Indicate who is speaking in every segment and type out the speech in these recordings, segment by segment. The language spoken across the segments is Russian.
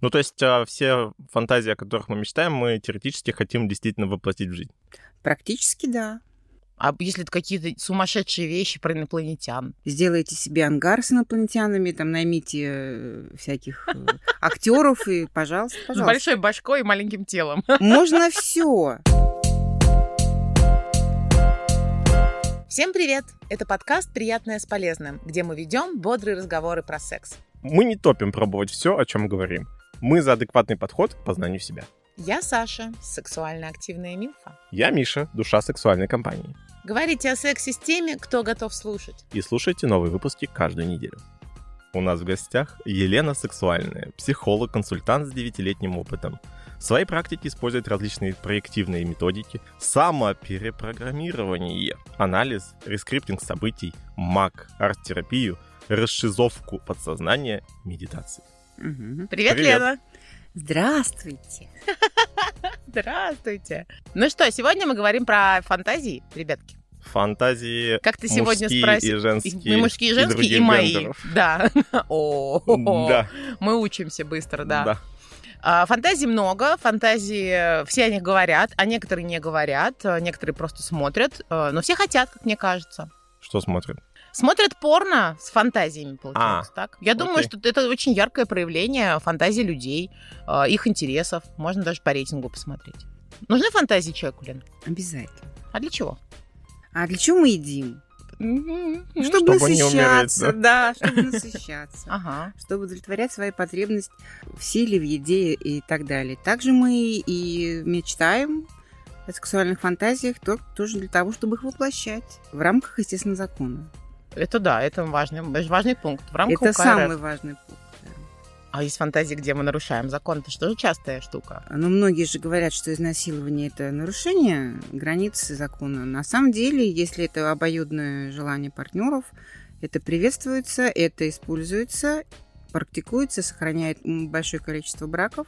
Speaker 1: Ну, то есть а, все фантазии, о которых мы мечтаем, мы теоретически хотим действительно воплотить в жизнь.
Speaker 2: Практически да.
Speaker 3: А если это какие-то сумасшедшие вещи про инопланетян?
Speaker 2: Сделайте себе ангар с инопланетянами, там наймите э, всяких э, актеров и, пожалуйста,
Speaker 3: С
Speaker 2: пожалуйста.
Speaker 3: большой башкой и маленьким телом.
Speaker 2: Можно все.
Speaker 3: Всем привет! Это подкаст «Приятное с полезным», где мы ведем бодрые разговоры про секс.
Speaker 1: Мы не топим пробовать все, о чем говорим. Мы за адекватный подход к познанию себя.
Speaker 3: Я Саша, сексуально активная милфа.
Speaker 1: Я Миша, душа сексуальной компании.
Speaker 3: Говорите о сексе с теми, кто готов слушать.
Speaker 1: И слушайте новые выпуски каждую неделю. У нас в гостях Елена Сексуальная, психолог-консультант с девятилетним опытом. В своей практике использует различные проективные методики, самоперепрограммирование, анализ, рескриптинг событий, маг, арт-терапию, расшизовку подсознания, медитации.
Speaker 2: Мгм.
Speaker 3: Привет,
Speaker 1: Привет.
Speaker 3: Лена!
Speaker 2: Здравствуйте.
Speaker 3: Здравствуйте! Ну что, сегодня мы говорим про фантазии, ребятки.
Speaker 1: Фантазии
Speaker 3: Как ты сегодня
Speaker 1: мужские
Speaker 3: спросил?
Speaker 1: и
Speaker 3: И
Speaker 1: женские.
Speaker 3: мы мужские и женские, и,
Speaker 1: других
Speaker 3: мои.
Speaker 1: гендеров.
Speaker 3: Да. О,
Speaker 1: Да,
Speaker 3: мы учимся быстро, да.
Speaker 1: да.
Speaker 3: А, Фантазий много, фантазии, э, все о них говорят, а некоторые не говорят, а некоторые просто смотрят, э, но все хотят, как мне кажется.
Speaker 1: Что смотрим?
Speaker 3: Смотрят порно с фантазиями, получается, так? Я думаю,
Speaker 1: окей.
Speaker 3: что это очень яркое проявление фантазии людей, э, их интересов. Можно даже по рейтингу посмотреть. Нужны фантазии человеку, Лен?
Speaker 2: Обязательно.
Speaker 3: А для чего?
Speaker 2: А для чего мы едим?
Speaker 3: Что?
Speaker 2: Ну, Чтобы,
Speaker 1: чтобы не
Speaker 2: насыщаться, да, чтобы насыщаться.
Speaker 3: Ага.
Speaker 2: чтобы удовлетворять свои потребности в силе, в еде и так далее. Также мы и мечтаем о сексуальных фантазиях то- тоже для того, чтобы их воплощать в рамках, естественно, закона.
Speaker 3: Это да, это важный, важный пункт. В рамках
Speaker 2: Это
Speaker 3: УК РФ.
Speaker 2: самый важный пункт. да.
Speaker 3: А есть фантазии, где мы нарушаем закон, это что же частая штука?
Speaker 2: Но Ну, многие же говорят, что изнасилование это нарушение границы закона. На самом деле, если это обоюдное желание партнеров, это приветствуется, это используется, практикуется, сохраняет м, большое количество браков.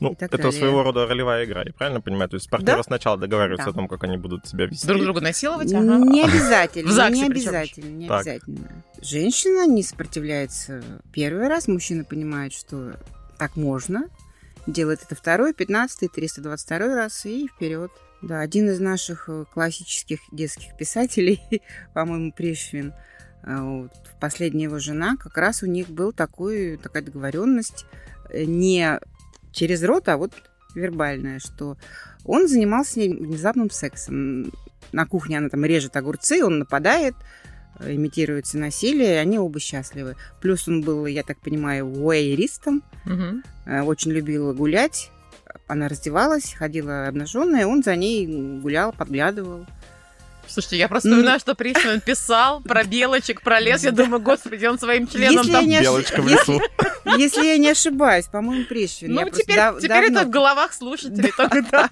Speaker 1: Ну,
Speaker 2: И так
Speaker 1: это
Speaker 2: далее.
Speaker 1: своего рода ролевая игра, я правильно понимаю? То есть партнеры
Speaker 2: Да.
Speaker 1: сначала договариваются
Speaker 2: Да.
Speaker 1: о том, как они будут себя вести.
Speaker 3: Друг друга насиловать? Ага.
Speaker 2: Не обязательно.
Speaker 3: В ЗАГСе
Speaker 2: не
Speaker 3: причём ещё.
Speaker 2: обязательно, не
Speaker 1: Так.
Speaker 2: обязательно. Женщина не сопротивляется первый раз, мужчина понимает, что так можно, делает это второй, пятнадцатый, триста двадцать второй раз и вперед. Да, один из наших э, классических детских писателей, по-моему, Пришвин, э, вот, последняя его жена, как раз у них был такой, такая договоренность э, не через рот, а вот вербальная, что он занимался с ней внезапным сексом. На кухне она там режет огурцы, он нападает, э, имитируется насилие, и они оба счастливы. Плюс он был, я так понимаю, уэйристом,
Speaker 3: Мгм.
Speaker 2: э, очень любила гулять. Она раздевалась, ходила обнаженная, он за ней гулял, подглядывал.
Speaker 3: Слушайте, я просто
Speaker 2: Ну-
Speaker 3: вспоминаю, что Пришвин писал про белочек, про лес. Я думаю, господи, он своим членом
Speaker 2: Если
Speaker 3: там...
Speaker 2: я не ошиб-
Speaker 1: Белочка в
Speaker 2: если-
Speaker 1: лесу.
Speaker 2: Если я не ошибаюсь, по-моему, Пришвин. Я
Speaker 3: Ну,
Speaker 2: просто
Speaker 3: теперь,
Speaker 2: дав-
Speaker 3: теперь это в
Speaker 2: давно-
Speaker 3: головах слушателей только да.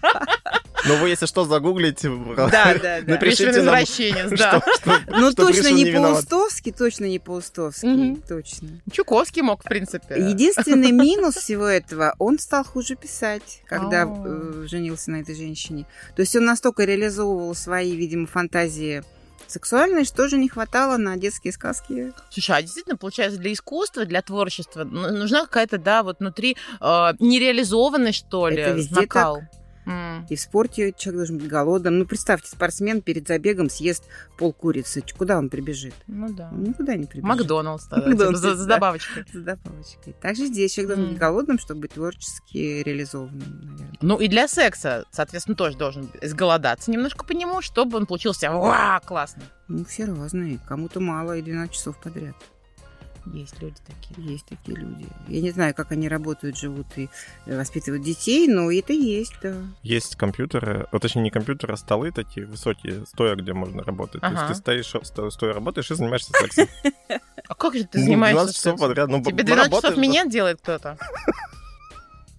Speaker 1: Но Ну, вы, если что, загуглите,
Speaker 2: Да, да, да.
Speaker 1: Напишите
Speaker 3: Пришвин
Speaker 1: нам,
Speaker 3: извращенец, да.
Speaker 2: Ну,
Speaker 1: Ну, что
Speaker 2: точно
Speaker 1: Пришвин
Speaker 2: не
Speaker 1: не виноват.
Speaker 2: по-устовски, точно не по-устовски.
Speaker 3: Мгм.
Speaker 2: Точно.
Speaker 3: Чуковский мог, в принципе.
Speaker 2: Единственный минус всего этого, он стал хуже писать, когда
Speaker 3: Ау.
Speaker 2: э, женился на этой женщине. То есть он настолько реализовывал свои, видимо, фантазии сексуальные, что же не хватало на детские сказки.
Speaker 3: Слушай, а действительно, получается, для искусства, для творчества ну- нужна какая-то, да, вот внутри э, нереализованность, что ли,
Speaker 2: Это везде
Speaker 3: накал. М.
Speaker 2: И в спорте человек должен быть голодным. Ну, представьте, спортсмен перед забегом съест пол курицы. Куда он прибежит?
Speaker 3: Ну да.
Speaker 2: Он никуда не прибежит.
Speaker 3: Макдоналдс, тогда, типа,
Speaker 2: Макдоналдс,
Speaker 3: за- с
Speaker 2: да.
Speaker 3: добавочкой.
Speaker 2: За добавочкой. Также здесь человек должен быть
Speaker 3: Мгм.
Speaker 2: голодным, чтобы быть творчески реализованным, наверное.
Speaker 3: Ну и для секса, соответственно, тоже должен сголодаться немножко по нему, чтобы он получился «Уа, классно.
Speaker 2: Ну, все разные. Кому-то мало и 12 часов подряд.
Speaker 3: Есть люди такие.
Speaker 2: Есть такие люди. Я не знаю, как они работают, живут и э, воспитывают детей, но это есть, да.
Speaker 1: Есть компьютеры, а, точнее не компьютеры, а столы такие высокие, стоя, где можно работать. То есть
Speaker 3: Ага.
Speaker 1: ты стоишь, сто- стоя работаешь и занимаешься сексом.
Speaker 3: А как же ты
Speaker 1: Ну,
Speaker 3: занимаешься
Speaker 1: 12 часов
Speaker 3: сексом?
Speaker 1: подряд. Ну,
Speaker 3: Тебе
Speaker 1: б-
Speaker 3: 12 часов
Speaker 1: работаешь, да.
Speaker 3: минет делает кто-то?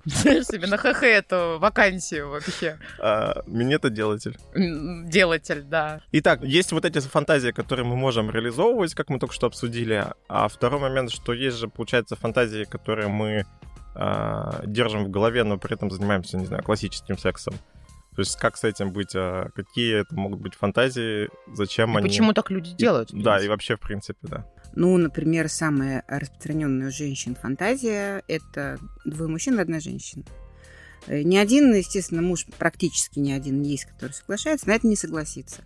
Speaker 3: Знаешь себе на хх эту вакансию вообще.
Speaker 1: А, Минетоделатель.
Speaker 3: М, Делатель, да.
Speaker 1: Итак, есть вот эти фантазии, которые мы можем реализовывать, как мы только что обсудили. А второй момент, что есть же, получается, фантазии, которые мы а, держим в голове, но при этом занимаемся, не знаю, классическим сексом. То есть как с этим быть, а, какие это могут быть фантазии, зачем
Speaker 3: И
Speaker 1: они...
Speaker 3: Почему так люди делают? в
Speaker 1: Да, и
Speaker 3: принципе?
Speaker 1: вообще, в принципе, да.
Speaker 2: Ну, например, самая распространенная у женщин фантазия – это двое мужчин и одна женщина. Э, Ни один, естественно, муж практически ни один есть, который соглашается, на это не согласится.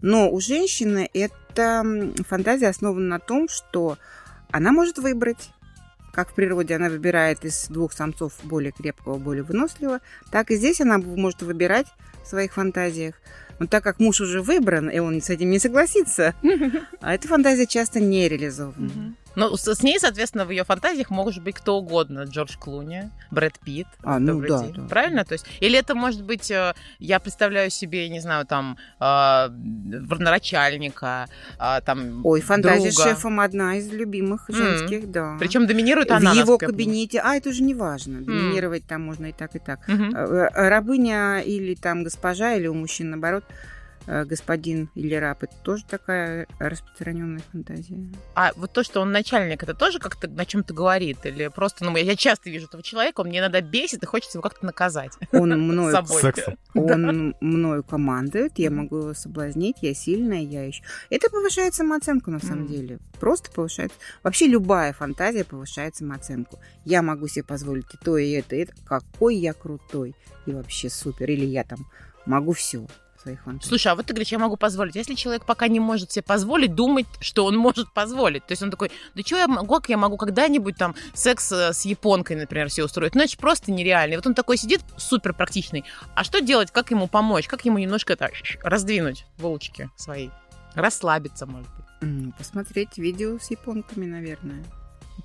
Speaker 2: Но у женщины эта м, фантазия основана на том, что она может выбрать, как в природе она выбирает из двух самцов более крепкого, более выносливого, так и здесь она может выбирать в своих фантазиях. Но так как муж уже выбран, и он с этим не согласится, а эта фантазия часто не реализована.
Speaker 3: Ну, с, с ней, соответственно, в ее фантазиях может быть кто угодно. Джордж Клуни, Брэд Питт.
Speaker 2: А, ну
Speaker 3: Добрый
Speaker 2: да,
Speaker 3: день.
Speaker 2: да.
Speaker 3: Правильно? То есть, или это может быть, э, я представляю себе, я не знаю, там, э, в- начальника, а, там...
Speaker 2: Ой, фантазия с
Speaker 3: друга.
Speaker 2: шефом одна из любимых
Speaker 3: Мгм.
Speaker 2: женских, да.
Speaker 3: Причем доминирует она.
Speaker 2: в его
Speaker 3: насколько я понимаю.
Speaker 2: кабинете, а это уже не важно, доминировать там можно и так, и так.
Speaker 3: Мгм.
Speaker 2: Э, Рабыня или там госпожа, или у мужчин наоборот, э, господин или раб, это тоже такая распространенная фантазия.
Speaker 3: А вот то, что он начальник, это тоже как-то на чем-то говорит? Или просто, ну, я, я часто вижу этого человека, он мне иногда бесит, и хочется его как-то наказать
Speaker 2: Он мною,
Speaker 3: собой.
Speaker 1: Сексом.
Speaker 2: он мною командует, я могу его соблазнить, я сильная, я еще. Это повышает самооценку на самом
Speaker 3: Мгм.
Speaker 2: деле. Просто повышает. Вообще любая фантазия повышает самооценку. Я могу себе позволить и то, и это, и это. Какой я крутой и вообще супер. Или я там могу все своих фантазий.
Speaker 3: Слушай, а вот ты говоришь, я могу позволить. Если человек пока не может себе позволить, думать, что он может позволить. То есть он такой, да чего я могу, как я могу когда-нибудь там секс э, с японкой, например, все устроить? Ну, это же просто нереально. И вот он такой сидит, супер практичный. А что делать, как ему помочь? Как ему немножко это раздвинуть волчики свои? Расслабиться, может быть.
Speaker 2: М, Посмотреть видео с японками, наверное.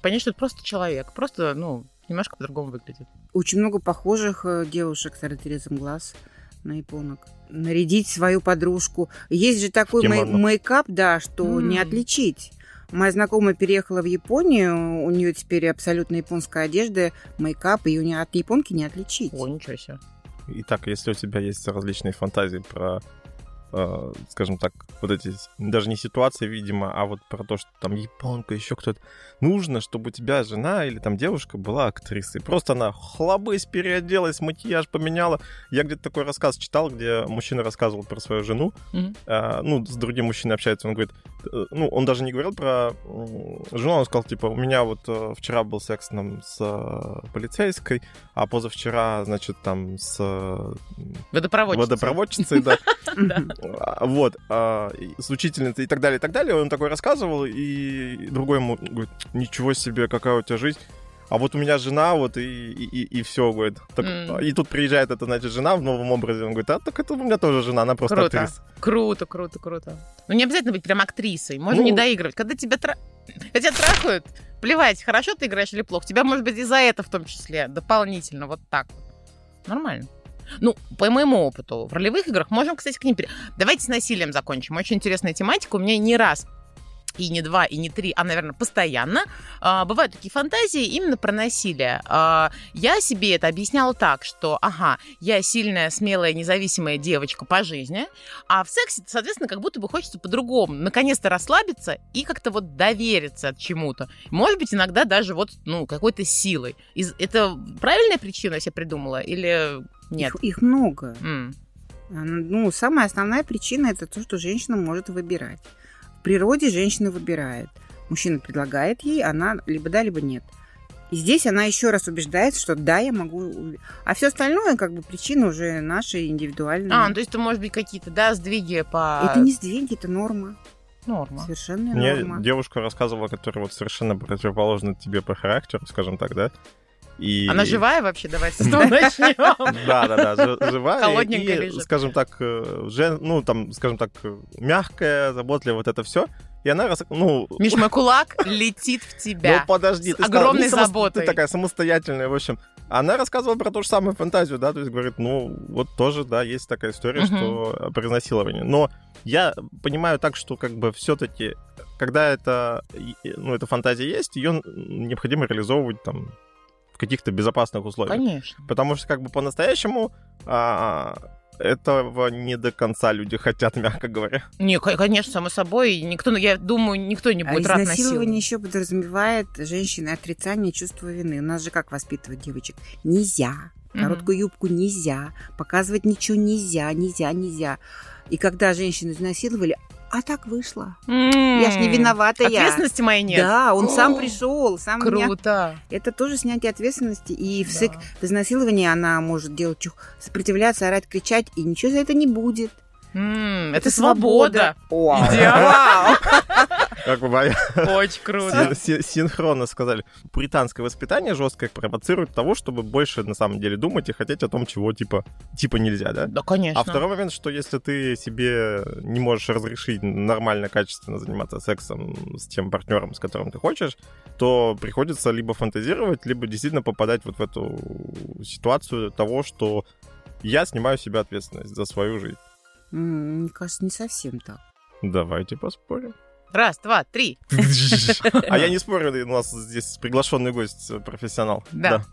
Speaker 3: Понять, что это просто человек. Просто, ну, немножко по-другому выглядит.
Speaker 2: Очень много похожих э, девушек с разрезом глаз на японок. Нарядить свою подружку. Есть же такой мей-
Speaker 1: кимоно.
Speaker 2: мейкап, да, что
Speaker 3: М.
Speaker 2: не отличить. Моя знакомая переехала в Японию, у нее теперь абсолютно японская одежда, мейкап, и у нее от японки не отличить.
Speaker 3: О, ничего себе.
Speaker 1: Итак, если у тебя есть различные фантазии про, э, скажем так, вот эти, с- даже не ситуации, видимо, а вот про то, что там японка, еще кто-то, нужно, чтобы у тебя жена или там девушка была актрисой. Просто она хлобысь переоделась, макияж поменяла. Я где-то такой рассказ читал, где мужчина рассказывал про свою жену,
Speaker 3: Мгм.
Speaker 1: а, ну, с другим мужчиной общается, он говорит, э, ну, он даже не говорил про м, жену, он сказал, типа, у меня вот э, вчера был секс там с э, полицейской, а позавчера, значит, там с э,
Speaker 3: Водопроводчица.
Speaker 1: водопроводчицей, да,
Speaker 2: Мгм.
Speaker 3: М-м.
Speaker 1: А, вот, а, и с учительницей и так далее, и так далее, он такой рассказывал, и другой ему говорит, ничего себе, какая у тебя жизнь, а вот у меня жена, вот, и, все, говорит. Так,
Speaker 3: М.
Speaker 1: И тут приезжает эта, значит, жена в новом образе. Он говорит, а так это у меня тоже жена, она просто
Speaker 3: Круто.
Speaker 1: актриса.
Speaker 3: Круто, круто, круто. Ну, не обязательно быть прям актрисой. Можно не
Speaker 1: Ну.
Speaker 3: доигрывать. Когда тебя, тра... когда тебя трахают, плевать, хорошо ты играешь или плохо. Тебя, может быть, и за это в том числе дополнительно. Вот так. вот. Нормально. Ну, по моему опыту, в ролевых играх можем, кстати, к ним... пере- Давайте с насилием закончим. Очень интересная тематика. У меня не раз и не два, и не три, а, наверное, постоянно а, бывают такие фантазии именно про насилие. А, я себе это объясняла так, что, ага, я сильная, смелая, независимая девочка по жизни, а в сексе, соответственно, как будто бы хочется по-другому. Наконец-то расслабиться и как-то вот довериться чему-то. Может быть, иногда даже вот, ну, какой-то силой. Из- Это правильная причина я себе придумала или нет?
Speaker 2: Их, их много.
Speaker 3: М.
Speaker 2: А, Ну, самая основная причина это то, что женщина может выбирать. В природе женщина выбирает. Мужчина предлагает ей, она либо да, либо нет. И здесь она еще раз убеждается, что да, я могу. уви- А все остальное, как бы, причины уже наши индивидуальные.
Speaker 3: А, ну, то есть это может быть какие-то, да, сдвиги по
Speaker 2: Это не сдвиги, это норма.
Speaker 3: норма.
Speaker 2: Совершенная норма.
Speaker 1: Мне девушка рассказывала, которая вот совершенно противоположна тебе по характеру, скажем так, да? И...
Speaker 3: Она живая вообще? Давайте с этого начнем.
Speaker 1: Да, да, да, жи- живая. и,
Speaker 3: Холодненькая лежит.
Speaker 1: скажем так, э, жен, ну, там, скажем так, э, мягкая, заботливая, вот это все. И она, рас- ну,
Speaker 3: Миш, мой кулак летит в
Speaker 1: ну,
Speaker 3: тебя.
Speaker 1: подожди.
Speaker 3: С
Speaker 1: ты сказала,
Speaker 3: огромной
Speaker 1: ну, самос-
Speaker 3: заботой.
Speaker 1: Ты такая самостоятельная, в общем. Она рассказывала про ту же самую фантазию, да, то есть говорит, ну, вот тоже, да, есть такая история,
Speaker 3: Мгм.
Speaker 1: что про изнасилование. Но я понимаю так, что как бы все-таки, когда это, и- и, ну, эта фантазия есть, ее необходимо реализовывать там в каких-то безопасных условиях.
Speaker 3: Конечно.
Speaker 1: Потому что как бы по-настоящему а, этого не до конца люди хотят, мягко говоря.
Speaker 3: Не, кон- конечно, само собой. и Никто, ну, я думаю, никто не
Speaker 2: А
Speaker 3: будет рад
Speaker 2: изнасилование
Speaker 3: насилию.
Speaker 2: еще подразумевает женщины отрицание чувства вины. У нас же как воспитывать девочек? Нельзя.
Speaker 3: Мгм.
Speaker 2: Короткую юбку нельзя. Показывать ничего нельзя, нельзя, нельзя. И когда женщину изнасиловали, а так вышло.
Speaker 3: М,
Speaker 2: Я ж не виновата, я.
Speaker 3: Ответственности моей нет.
Speaker 2: Да, он сам
Speaker 3: О,
Speaker 2: пришел, сам меня
Speaker 3: Круто.
Speaker 2: Это тоже снятие ответственности. И в,
Speaker 3: Да.
Speaker 2: сек- в изнасиловании она может делать чух, сопротивляться, орать, кричать, и ничего за это не будет.
Speaker 3: М, М-м, Это свобода.
Speaker 2: Вау.
Speaker 3: Идеально.
Speaker 2: Вау.
Speaker 1: Как бы моя-
Speaker 3: Очень круто.
Speaker 1: син- син- синхронно сказали. Британское воспитание жесткое провоцирует того, чтобы больше на самом деле думать и хотеть о том, чего типа, типа нельзя, да?
Speaker 3: Да, конечно.
Speaker 1: А второй момент, что если ты себе не можешь разрешить нормально, качественно заниматься сексом с тем партнером, с которым ты хочешь, то приходится либо фантазировать, либо действительно попадать вот в эту ситуацию того, что я снимаю с себя ответственность за свою жизнь.
Speaker 2: М, Мне кажется, не совсем так.
Speaker 1: Давайте поспорим.
Speaker 3: Раз, два, три.
Speaker 1: А я не спорю, у нас здесь приглашенный гость, э, профессионал.
Speaker 3: Да.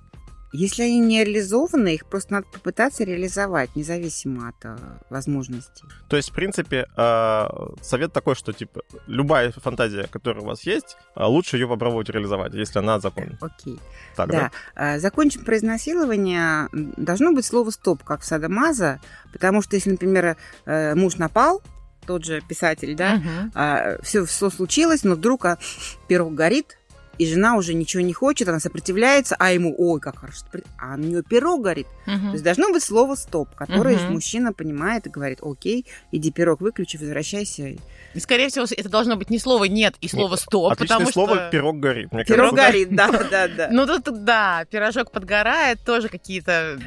Speaker 2: Если они не реализованы, их просто надо попытаться реализовать, независимо от э, возможностей.
Speaker 1: То есть, в принципе, э, совет такой, что, типа, любая фантазия, которая у вас есть, э, лучше ее попробовать реализовать, если она законна.
Speaker 2: Окей.
Speaker 1: Так, да?
Speaker 2: Да. Э, Закончим про изнасилование. М, Должно быть слово «стоп», как в Садомаза, потому что если, например, э, муж напал, тот же писатель, да,
Speaker 3: Мгм.
Speaker 2: все, все случилось, но вдруг а, пирог горит, и жена уже ничего не хочет, она сопротивляется, а ему, ой, как хорошо, что при- а у нее пирог горит. То есть
Speaker 3: Мгм.
Speaker 2: должно быть слово «стоп», которое
Speaker 3: Мгм.
Speaker 2: мужчина понимает и говорит, окей, иди пирог выключи, возвращайся.
Speaker 3: И, скорее всего, это должно быть не слово «нет» и слово «стоп»,
Speaker 1: Отличное
Speaker 3: потому
Speaker 1: слово
Speaker 3: что...
Speaker 1: «пирог горит». Мне
Speaker 2: Пирог
Speaker 1: кажется,
Speaker 2: горит, да, да, да.
Speaker 3: Ну, тут, да, пирожок подгорает, тоже какие-то...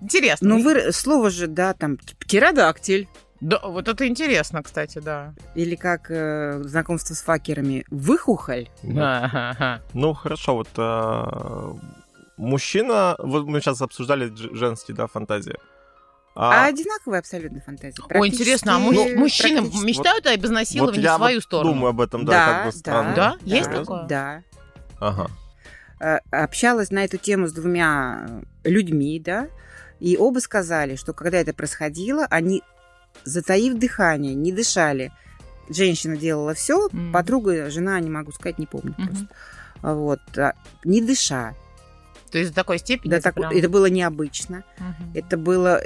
Speaker 3: Интересно.
Speaker 2: Ну, вы, слово же, да, там, птеродактиль,
Speaker 3: Да, вот это интересно, кстати, да.
Speaker 2: или как э, знакомство с факерами, выхухоль.
Speaker 1: да. Ну, хорошо, вот э, мужчина... Вот мы сейчас обсуждали дж- женские, да, фантазии. А
Speaker 2: А, одинаковые абсолютно фантазии.
Speaker 3: Ой, интересно, а му-
Speaker 2: Практически-
Speaker 3: мужчины
Speaker 2: практически-
Speaker 3: мечтают о
Speaker 1: вот
Speaker 3: изнасиловании
Speaker 1: я
Speaker 3: в свою
Speaker 1: вот
Speaker 3: сторону?
Speaker 1: думаю об этом, да, как бы странно.
Speaker 3: Да? Есть
Speaker 1: Серьезно?
Speaker 3: такое?
Speaker 2: Да.
Speaker 1: Ага.
Speaker 2: э, общалась на эту тему с двумя э, людьми, да, и оба сказали, что когда это происходило, они, затаив дыхание, не дышали. Женщина делала все,
Speaker 3: Мгм.
Speaker 2: подруга, жена, не могу сказать, не помню
Speaker 3: Мгм.
Speaker 2: просто. Вот, а, не дыша.
Speaker 3: То есть до такой степени?
Speaker 2: Да,
Speaker 3: это
Speaker 2: так,
Speaker 3: прям-
Speaker 2: Это было необычно.
Speaker 3: Мгм.
Speaker 2: Это было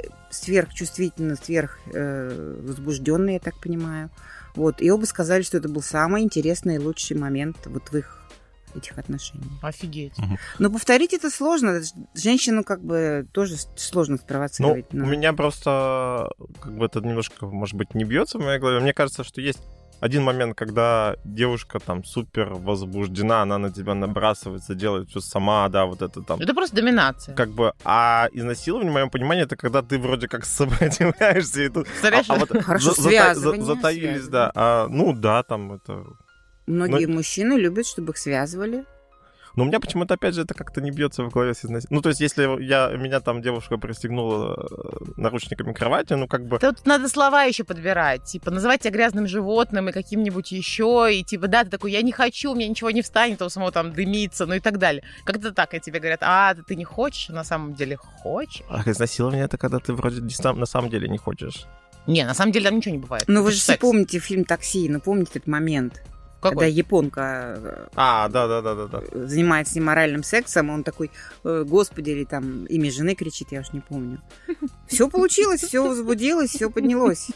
Speaker 2: сверхчувствительно, сверх э, возбужденно, я так понимаю. Вот, и оба сказали, что это был самый интересный и лучший момент вот в их этих отношениях.
Speaker 3: Офигеть.
Speaker 2: Но повторить это сложно. Это ж- Женщину как бы тоже с- сложно
Speaker 1: Ну,
Speaker 2: спровоцировать.
Speaker 1: у
Speaker 2: на-
Speaker 1: меня просто как бы это немножко, может быть, не бьется в моей голове. Мне кажется, что есть один момент, когда девушка там супер возбуждена, она на тебя набрасывается, делает все сама, да, вот это там.
Speaker 3: Это просто доминация.
Speaker 1: Как бы, а изнасилование, в моем понимании, это когда ты вроде как сопротивляешься, и тут а,
Speaker 3: Представляешь?
Speaker 1: а вот
Speaker 2: Хорошо,
Speaker 1: за- за-
Speaker 2: связывание,
Speaker 1: за- затаились,
Speaker 2: связывание.
Speaker 1: да. А, ну да, там это.
Speaker 2: Многие мужчины любят, чтобы их связывали.
Speaker 1: Но у меня почему-то опять же это как-то не бьется в голове с изнасилованием. Ну то есть, если я меня там девушка пристегнула э, наручниками к кровати, ну как бы.
Speaker 3: Тут надо слова еще подбирать, типа называть тебя грязным животным и каким-нибудь еще, и типа, да, ты такой, я не хочу, у меня ничего не встанет, а у самого там дымится, ну и так далее. Как-то так, и тебе говорят, а, да ты не хочешь, а на самом деле хочешь.
Speaker 1: А изнасилование это когда ты вроде не сам- на самом деле не хочешь.
Speaker 3: Не, на самом деле там ничего не бывает.
Speaker 2: Но Ну, вы
Speaker 3: Это
Speaker 2: же все
Speaker 3: секс.
Speaker 2: помните фильм «Такси», ну помните этот момент, когда
Speaker 3: Какой?
Speaker 2: японка
Speaker 1: А, да, да, да, да, да.
Speaker 2: э, занимается неморальным сексом, он такой, э, господи, или там имя жены кричит, я уж не помню. Все получилось, все возбудилось, все поднялось.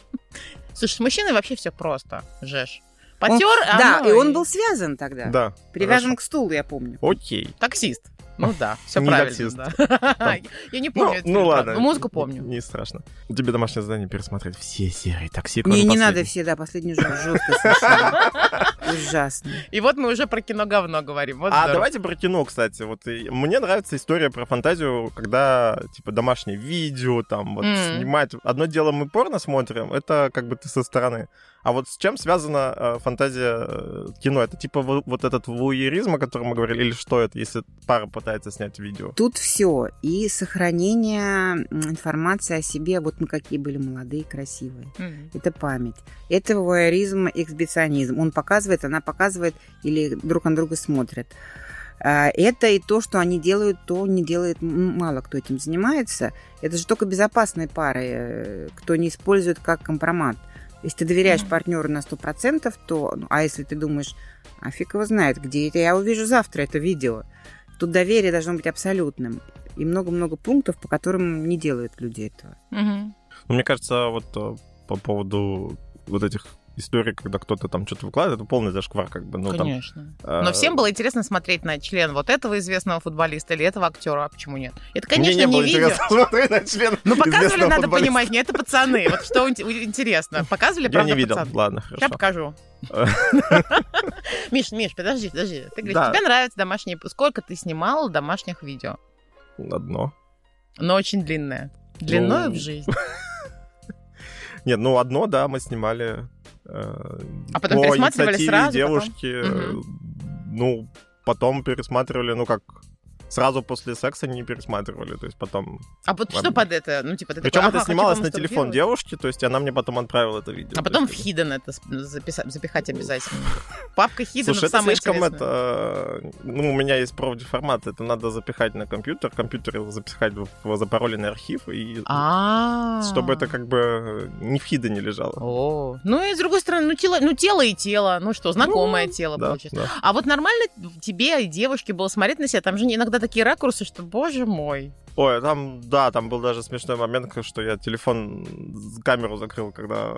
Speaker 3: Слушай, с мужчиной вообще все просто, Жеш. Потер, а
Speaker 2: Да,
Speaker 3: оно
Speaker 2: и он был связан тогда.
Speaker 1: Да.
Speaker 2: Привязан к стулу, я помню.
Speaker 1: Хорошо. Окей.
Speaker 3: Таксист. Ну да, все
Speaker 1: Не
Speaker 3: правильно.
Speaker 1: таксист.
Speaker 3: да. Я не помню.
Speaker 1: Ну,
Speaker 3: этот
Speaker 1: ну
Speaker 3: фильм,
Speaker 1: ладно.
Speaker 3: но Музыку
Speaker 1: Не-
Speaker 3: помню.
Speaker 1: Не, страшно. Тебе домашнее задание пересмотреть все серии такси.
Speaker 2: Не,
Speaker 1: кроме
Speaker 2: не
Speaker 1: последней.
Speaker 2: надо все, да, последний жор- жестко совершенно. Ужасно.
Speaker 3: И вот мы уже про кино говно говорим.
Speaker 1: А
Speaker 3: Вот здорово.
Speaker 1: давайте про кино, кстати. Вот и- мне нравится история про фантазию, когда типа домашнее видео там вот
Speaker 3: М.
Speaker 1: снимать. Одно дело мы порно смотрим, это как бы ты со стороны. А вот с чем связана э, фантазия э, кино? Это типа вот, вот этот вуеризм, о котором мы говорили, или что это, если пара пытается снять видео?
Speaker 2: Тут все. И сохранение м, информации о себе, вот мы какие были молодые, красивые.
Speaker 3: Мгм.
Speaker 2: Это память. Это вуайеризм, эксбиционизм. Он показывает, она показывает, или друг на друга смотрят. А, Это и то, что они делают, то не делает м, мало кто этим занимается. Это же только безопасные пары, э, кто не использует как компромат. Если ты доверяешь
Speaker 3: Мгм.
Speaker 2: партнеру на 100%, то... ну, А если ты думаешь, а фиг его знает, где это я увижу завтра это видео. Тут доверие должно быть абсолютным. И много-много пунктов, по которым не делают люди этого.
Speaker 3: Мгм.
Speaker 1: Ну, Мне кажется, вот э, по поводу вот этих истории, когда кто-то там что-то выкладывает, это полный зашквар, как бы. Ну, там,
Speaker 3: Конечно.
Speaker 1: э,
Speaker 3: Но всем было интересно смотреть на член вот этого известного футболиста или этого актера, а почему нет? Это, конечно,
Speaker 1: Мне не, было
Speaker 3: видео.
Speaker 1: интересно смотреть на член
Speaker 3: Ну, показывали,
Speaker 1: известного
Speaker 3: надо
Speaker 1: футболиста.
Speaker 3: понимать, не это пацаны. Вот что ин- интересно. Показывали,
Speaker 1: Я
Speaker 3: правда,
Speaker 1: не видел.
Speaker 3: пацаны?
Speaker 1: Ладно,
Speaker 3: Я
Speaker 1: хорошо.
Speaker 3: покажу. Миш, Миш, подожди, подожди. Ты говоришь,
Speaker 1: Да.
Speaker 3: тебе нравятся домашние... Сколько ты снимал домашних видео?
Speaker 1: Одно.
Speaker 3: Но очень длинное. Длиною
Speaker 1: Ну,
Speaker 3: в жизнь.
Speaker 1: Нет, ну одно, да, мы снимали. э,
Speaker 3: А потом
Speaker 1: по
Speaker 3: пересматривали
Speaker 1: инициативе
Speaker 3: сразу потом?
Speaker 1: девушки. э, Ну, потом пересматривали, ну как сразу после секса не пересматривали, то есть потом.
Speaker 3: А вот что
Speaker 1: Ладно.
Speaker 3: под это? Ну, типа, ты
Speaker 1: Причем
Speaker 3: такой,
Speaker 1: это
Speaker 3: «Ага, хочу
Speaker 1: снималось
Speaker 3: вам
Speaker 1: на
Speaker 3: что-то
Speaker 1: телефон
Speaker 3: делать».
Speaker 1: девушки, то есть она мне потом отправила это видео.
Speaker 3: А потом в
Speaker 1: То есть,
Speaker 3: Hidden это с- записа- запихать обязательно. Папка Hidden
Speaker 1: Слушай, это
Speaker 3: ну, самое
Speaker 1: слишком
Speaker 3: интересное.
Speaker 1: это... э, Ну, у меня есть профдеформат, это надо запихать на компьютер, компьютер запихать в в запароленный архив, и
Speaker 3: А.
Speaker 1: чтобы это как бы не в хиде не лежало.
Speaker 3: О, ну и с другой стороны, ну тело, ну тело и тело, ну что, знакомое тело
Speaker 1: Да,
Speaker 3: получается.
Speaker 1: да.
Speaker 3: А вот нормально тебе и девушке было смотреть на себя, там же иногда такие ракурсы, что, боже мой.
Speaker 1: Ой, а там, да, там был даже смешной момент, к- что я телефон с камеру закрыл, когда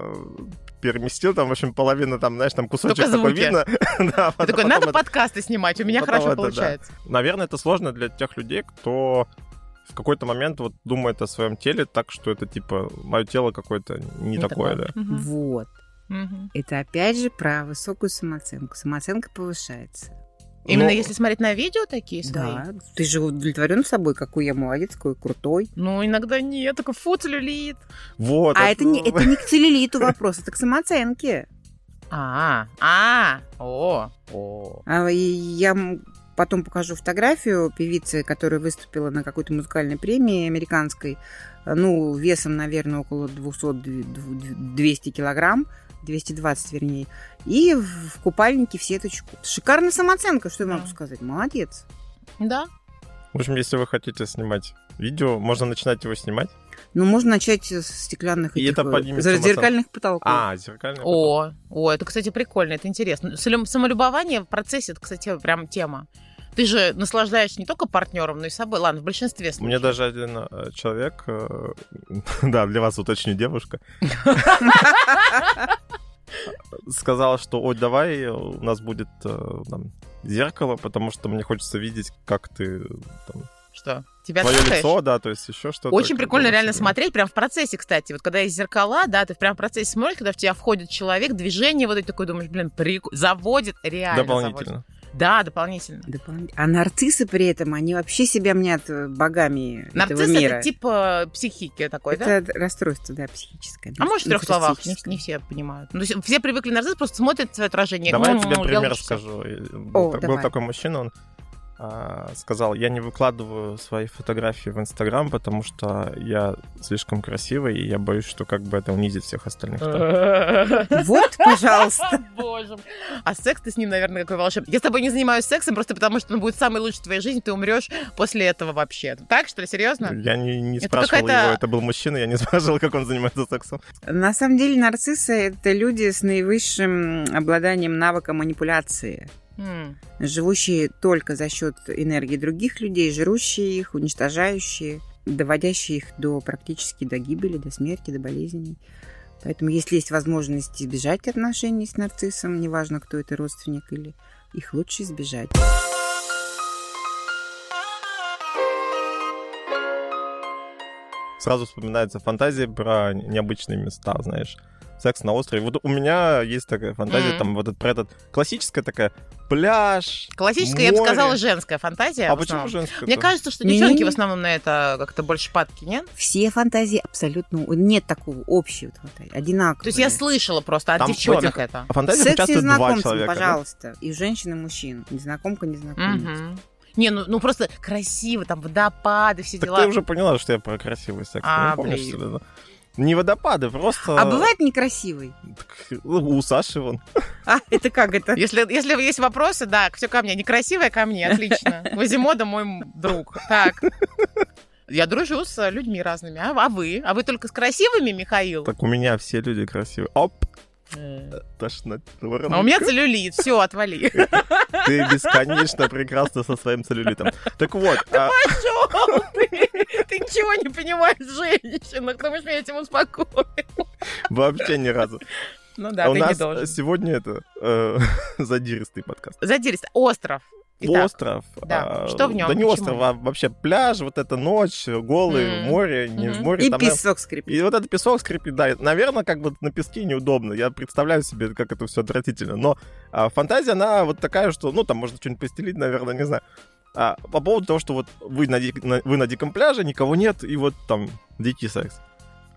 Speaker 1: переместил, там, в общем, половина, там, знаешь, там кусочек
Speaker 3: Только
Speaker 1: такой
Speaker 3: звуки.
Speaker 1: видно. Да,
Speaker 3: Ты
Speaker 1: потом-
Speaker 3: такой,
Speaker 1: потом
Speaker 3: надо
Speaker 1: это-
Speaker 3: подкасты снимать, у меня
Speaker 1: потом
Speaker 3: хорошо
Speaker 1: это, да.
Speaker 3: получается.
Speaker 1: Наверное, это сложно для тех людей, кто в какой-то момент вот думает о своем теле так, что это, типа, мое тело какое-то не, такое, да.
Speaker 3: Мгм.
Speaker 2: Вот.
Speaker 3: Мгм.
Speaker 2: Это опять же про высокую самооценку. Самооценка повышается.
Speaker 3: Именно
Speaker 1: Ну,
Speaker 3: если смотреть на видео такие свои.
Speaker 2: Да. Ты же удовлетворен собой, какой я молодец, какой крутой.
Speaker 3: Ну, иногда нет, такой фу, целлюлит.
Speaker 1: Вот.
Speaker 2: а это,
Speaker 3: ну.
Speaker 2: не, это не к целлюлиту вопрос, это к самооценке.
Speaker 3: А, а, о, о.
Speaker 2: А, и я м- потом покажу фотографию певицы, которая выступила на какой-то музыкальной премии американской. Ну, весом, наверное, около 200-200 килограмм. 220, вернее. И в в купальнике в сеточку. Шикарная самооценка, что я могу
Speaker 3: Да.
Speaker 2: сказать. Молодец.
Speaker 3: Да.
Speaker 1: В общем, если вы хотите снимать видео, можно начинать его снимать.
Speaker 2: Ну, можно начать с стеклянных
Speaker 1: И
Speaker 2: этих,
Speaker 1: это
Speaker 2: э,
Speaker 1: поднимет
Speaker 2: зер-
Speaker 1: самооценку.
Speaker 2: зеркальных потолков.
Speaker 1: А, зеркальный. потолок.
Speaker 3: О, о, это, кстати, прикольно, это интересно. Салю- Самолюбование в процессе, это, кстати, прям тема. Ты же наслаждаешься не только партнером, но и собой. Ладно, в большинстве
Speaker 1: Мне
Speaker 3: случаев.
Speaker 1: даже один э, человек, э, да, для вас уточню, девушка, сказала, что ой, давай у нас будет э, там, зеркало, потому что мне хочется видеть, как ты там,
Speaker 3: Что? Тебя
Speaker 1: твое
Speaker 3: трахаешь?
Speaker 1: лицо, да, то есть еще что-то.
Speaker 3: Очень
Speaker 1: как
Speaker 3: прикольно
Speaker 1: бы,
Speaker 3: реально
Speaker 1: очень-
Speaker 3: смотреть, прям в процессе, кстати. Вот когда есть зеркала, да, ты прям в процессе смотришь, когда в тебя входит человек, движение вот это такое, думаешь, блин, прик... заводит, реально заводит.
Speaker 1: Дополнительно.
Speaker 3: Да, дополнительно.
Speaker 2: Дополнительно. А нарциссы при этом, они вообще себя мнят э, богами
Speaker 3: Нарцисс
Speaker 2: этого мира.
Speaker 3: это типа психики такой, да?
Speaker 2: Это расстройство, да, психическое.
Speaker 3: А может, в трех словах, не,
Speaker 2: нарциссическое.
Speaker 3: не все понимают. Ну, то есть все привыкли нарцисс, просто смотрят свое отражение.
Speaker 1: Давай я
Speaker 3: «М,
Speaker 1: тебе
Speaker 3: м,
Speaker 1: пример
Speaker 3: ну, лучше».
Speaker 1: расскажу. И Был,
Speaker 2: О,
Speaker 1: та- был
Speaker 2: давай.
Speaker 1: такой мужчина, он а, сказал, я не выкладываю свои фотографии в Инстаграм, потому что я слишком красивый, и я боюсь, что как бы это унизит всех остальных.
Speaker 3: Э,
Speaker 1: там».
Speaker 2: Вот, пожалуйста.
Speaker 3: Боже. мой. А секс ты с ним, наверное, какой волшебный. Я с тобой не занимаюсь сексом, просто потому что он будет самый лучший в твоей жизни, ты умрешь после этого вообще. Так, что ли, серьезно?
Speaker 1: Я не, не
Speaker 3: Это
Speaker 1: спрашивал
Speaker 3: какая-то-
Speaker 1: его, это был мужчина, я не спрашивал, как он занимается сексом.
Speaker 2: На самом деле нарциссы — это люди с наивысшим обладанием навыка манипуляции,
Speaker 3: М.
Speaker 2: живущие только за счет энергии других людей, жрущие их, уничтожающие, доводящие их до практически до гибели, до смерти, до болезней. Поэтому если есть возможность избежать отношений с нарциссом, неважно, кто это, родственник или их лучше избежать.
Speaker 1: Сразу вспоминается фантазия про необычные места, знаешь. Секс на острове. Вот у меня есть такая фантазия,
Speaker 3: Мгм.
Speaker 1: там вот этот, про этот классическая такая пляж.
Speaker 3: Классическая, я бы
Speaker 1: море.
Speaker 3: сказала, женская фантазия.
Speaker 1: А
Speaker 3: в
Speaker 1: почему
Speaker 3: основном.
Speaker 1: женская?
Speaker 3: Мне кажется, что
Speaker 2: Не-не-не.
Speaker 3: девчонки в основном на это как-то больше падки, нет?
Speaker 2: Все фантазии абсолютно... Нет такого общего фантазии, одинаковые.
Speaker 3: То есть я слышала просто от
Speaker 1: Там в
Speaker 3: девчонок
Speaker 1: этих-
Speaker 3: это.
Speaker 1: а фантазия
Speaker 2: Секс
Speaker 1: участвует два
Speaker 2: незнакомцем,
Speaker 1: человека. да?
Speaker 2: пожалуйста. И женщин, и мужчин. Незнакомка, незнакомец.
Speaker 3: Мгм. Не, ну, ну просто красиво, там водопады, все
Speaker 1: Так
Speaker 3: дела.
Speaker 1: ты уже поняла, что я про красивый секс.
Speaker 3: А,
Speaker 1: не помнишь,
Speaker 3: блин.
Speaker 1: что ли? Не водопады, просто...
Speaker 2: А бывает некрасивый?
Speaker 1: Так, У Саши вон.
Speaker 2: А, это как это?
Speaker 3: Если, если есть вопросы, да, все ко мне. Некрасивая ко мне, отлично. Квазимода мой м- друг. Так. Я дружу с людьми разными. А, а вы? А вы только с красивыми, Михаил?
Speaker 1: Так у меня все люди красивые. Оп,
Speaker 3: Э.
Speaker 1: тошнотворно.
Speaker 3: А у меня целлюлит. Все, отвали.
Speaker 1: Ты бесконечно прекрасна со своим целлюлитом. Так вот, а,
Speaker 3: Пошел ты. Ты ничего не понимаешь в женщинах. Ты думаешь, меня этим успокоил?
Speaker 1: вообще ни разу.
Speaker 3: Ну да,
Speaker 1: а у
Speaker 3: ты
Speaker 1: нас
Speaker 3: не должен.
Speaker 1: сегодня это э, задиристый подкаст.
Speaker 3: Задирист. Остров. Итак,
Speaker 1: остров.
Speaker 3: да.
Speaker 1: а,
Speaker 3: Что в нём?
Speaker 1: Да не
Speaker 3: Почему?
Speaker 1: остров, а вообще пляж, вот эта ночь, голые,
Speaker 3: М.
Speaker 1: море, не
Speaker 3: Мгм.
Speaker 1: море.
Speaker 2: И
Speaker 1: там, наверно,
Speaker 2: песок скрипит.
Speaker 1: И вот этот песок скрипит, да. Наверное, как бы на песке неудобно. Я представляю себе, как это все отвратительно. Но а, фантазия, она вот такая, что, ну, там можно что-нибудь постелить, наверное, не знаю. А, по поводу того, что вот вы на, ди- на- вы на диком пляже, никого нет, и вот там дикий секс.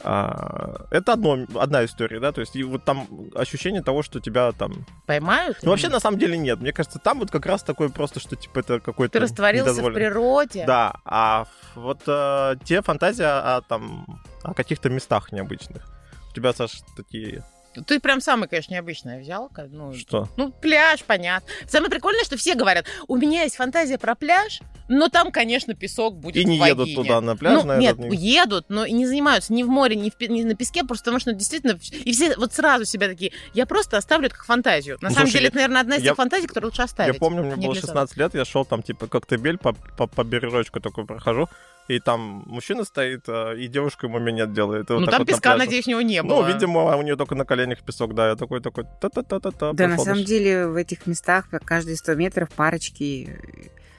Speaker 1: А, это одно, одна история, да, то есть и вот там ощущение того, что тебя там...
Speaker 3: поймают?
Speaker 1: Ну, вообще, на самом деле, нет. Мне кажется, там вот как раз такое просто, что, типа, это какой-то...
Speaker 3: Ты растворился в
Speaker 1: недозволенный-
Speaker 3: природе.
Speaker 1: да, а ф- вот э, те фантазии о, там о каких-то местах необычных. У тебя, Саш, такие
Speaker 3: Ну, Ты прям самый, конечно, необычное взял. ка- Ну,
Speaker 1: что?
Speaker 3: ну, пляж, понятно. Самое прикольное, что все говорят, у меня есть фантазия про пляж, но там, конечно, песок будет
Speaker 1: И не
Speaker 3: в вагине».
Speaker 1: едут туда на пляж,
Speaker 3: ну,
Speaker 1: на
Speaker 3: нет,
Speaker 1: этот, не-
Speaker 3: уедут, но и не занимаются ни в море, ни, в пе- ни на песке, просто потому что ну, действительно... И все вот сразу себя такие, я просто оставлю это как фантазию. На
Speaker 1: Ну,
Speaker 3: самом
Speaker 1: слушай,
Speaker 3: деле, это, наверное, одна из
Speaker 1: я-
Speaker 3: тех фантазий, которые лучше
Speaker 1: Я
Speaker 3: оставить.
Speaker 1: помню, мне
Speaker 3: не
Speaker 1: было
Speaker 3: для зоны.
Speaker 1: 16 лет, я шел там, типа, коктебель по, по, по бережочку такой прохожу, и там мужчина стоит, э, и девушка ему меня делает. и вот
Speaker 3: Ну,
Speaker 1: так
Speaker 3: там
Speaker 1: вот на
Speaker 3: песка,
Speaker 1: пляже.
Speaker 3: надеюсь, у него не
Speaker 1: Ну,
Speaker 3: было.
Speaker 1: видимо, у нее только на коленях песок, да, я такой, такой, та-та-та-та-та.
Speaker 2: Да, на
Speaker 1: пошёл
Speaker 2: самом
Speaker 1: дальше.
Speaker 2: деле в этих местах каждые 100 метров парочки.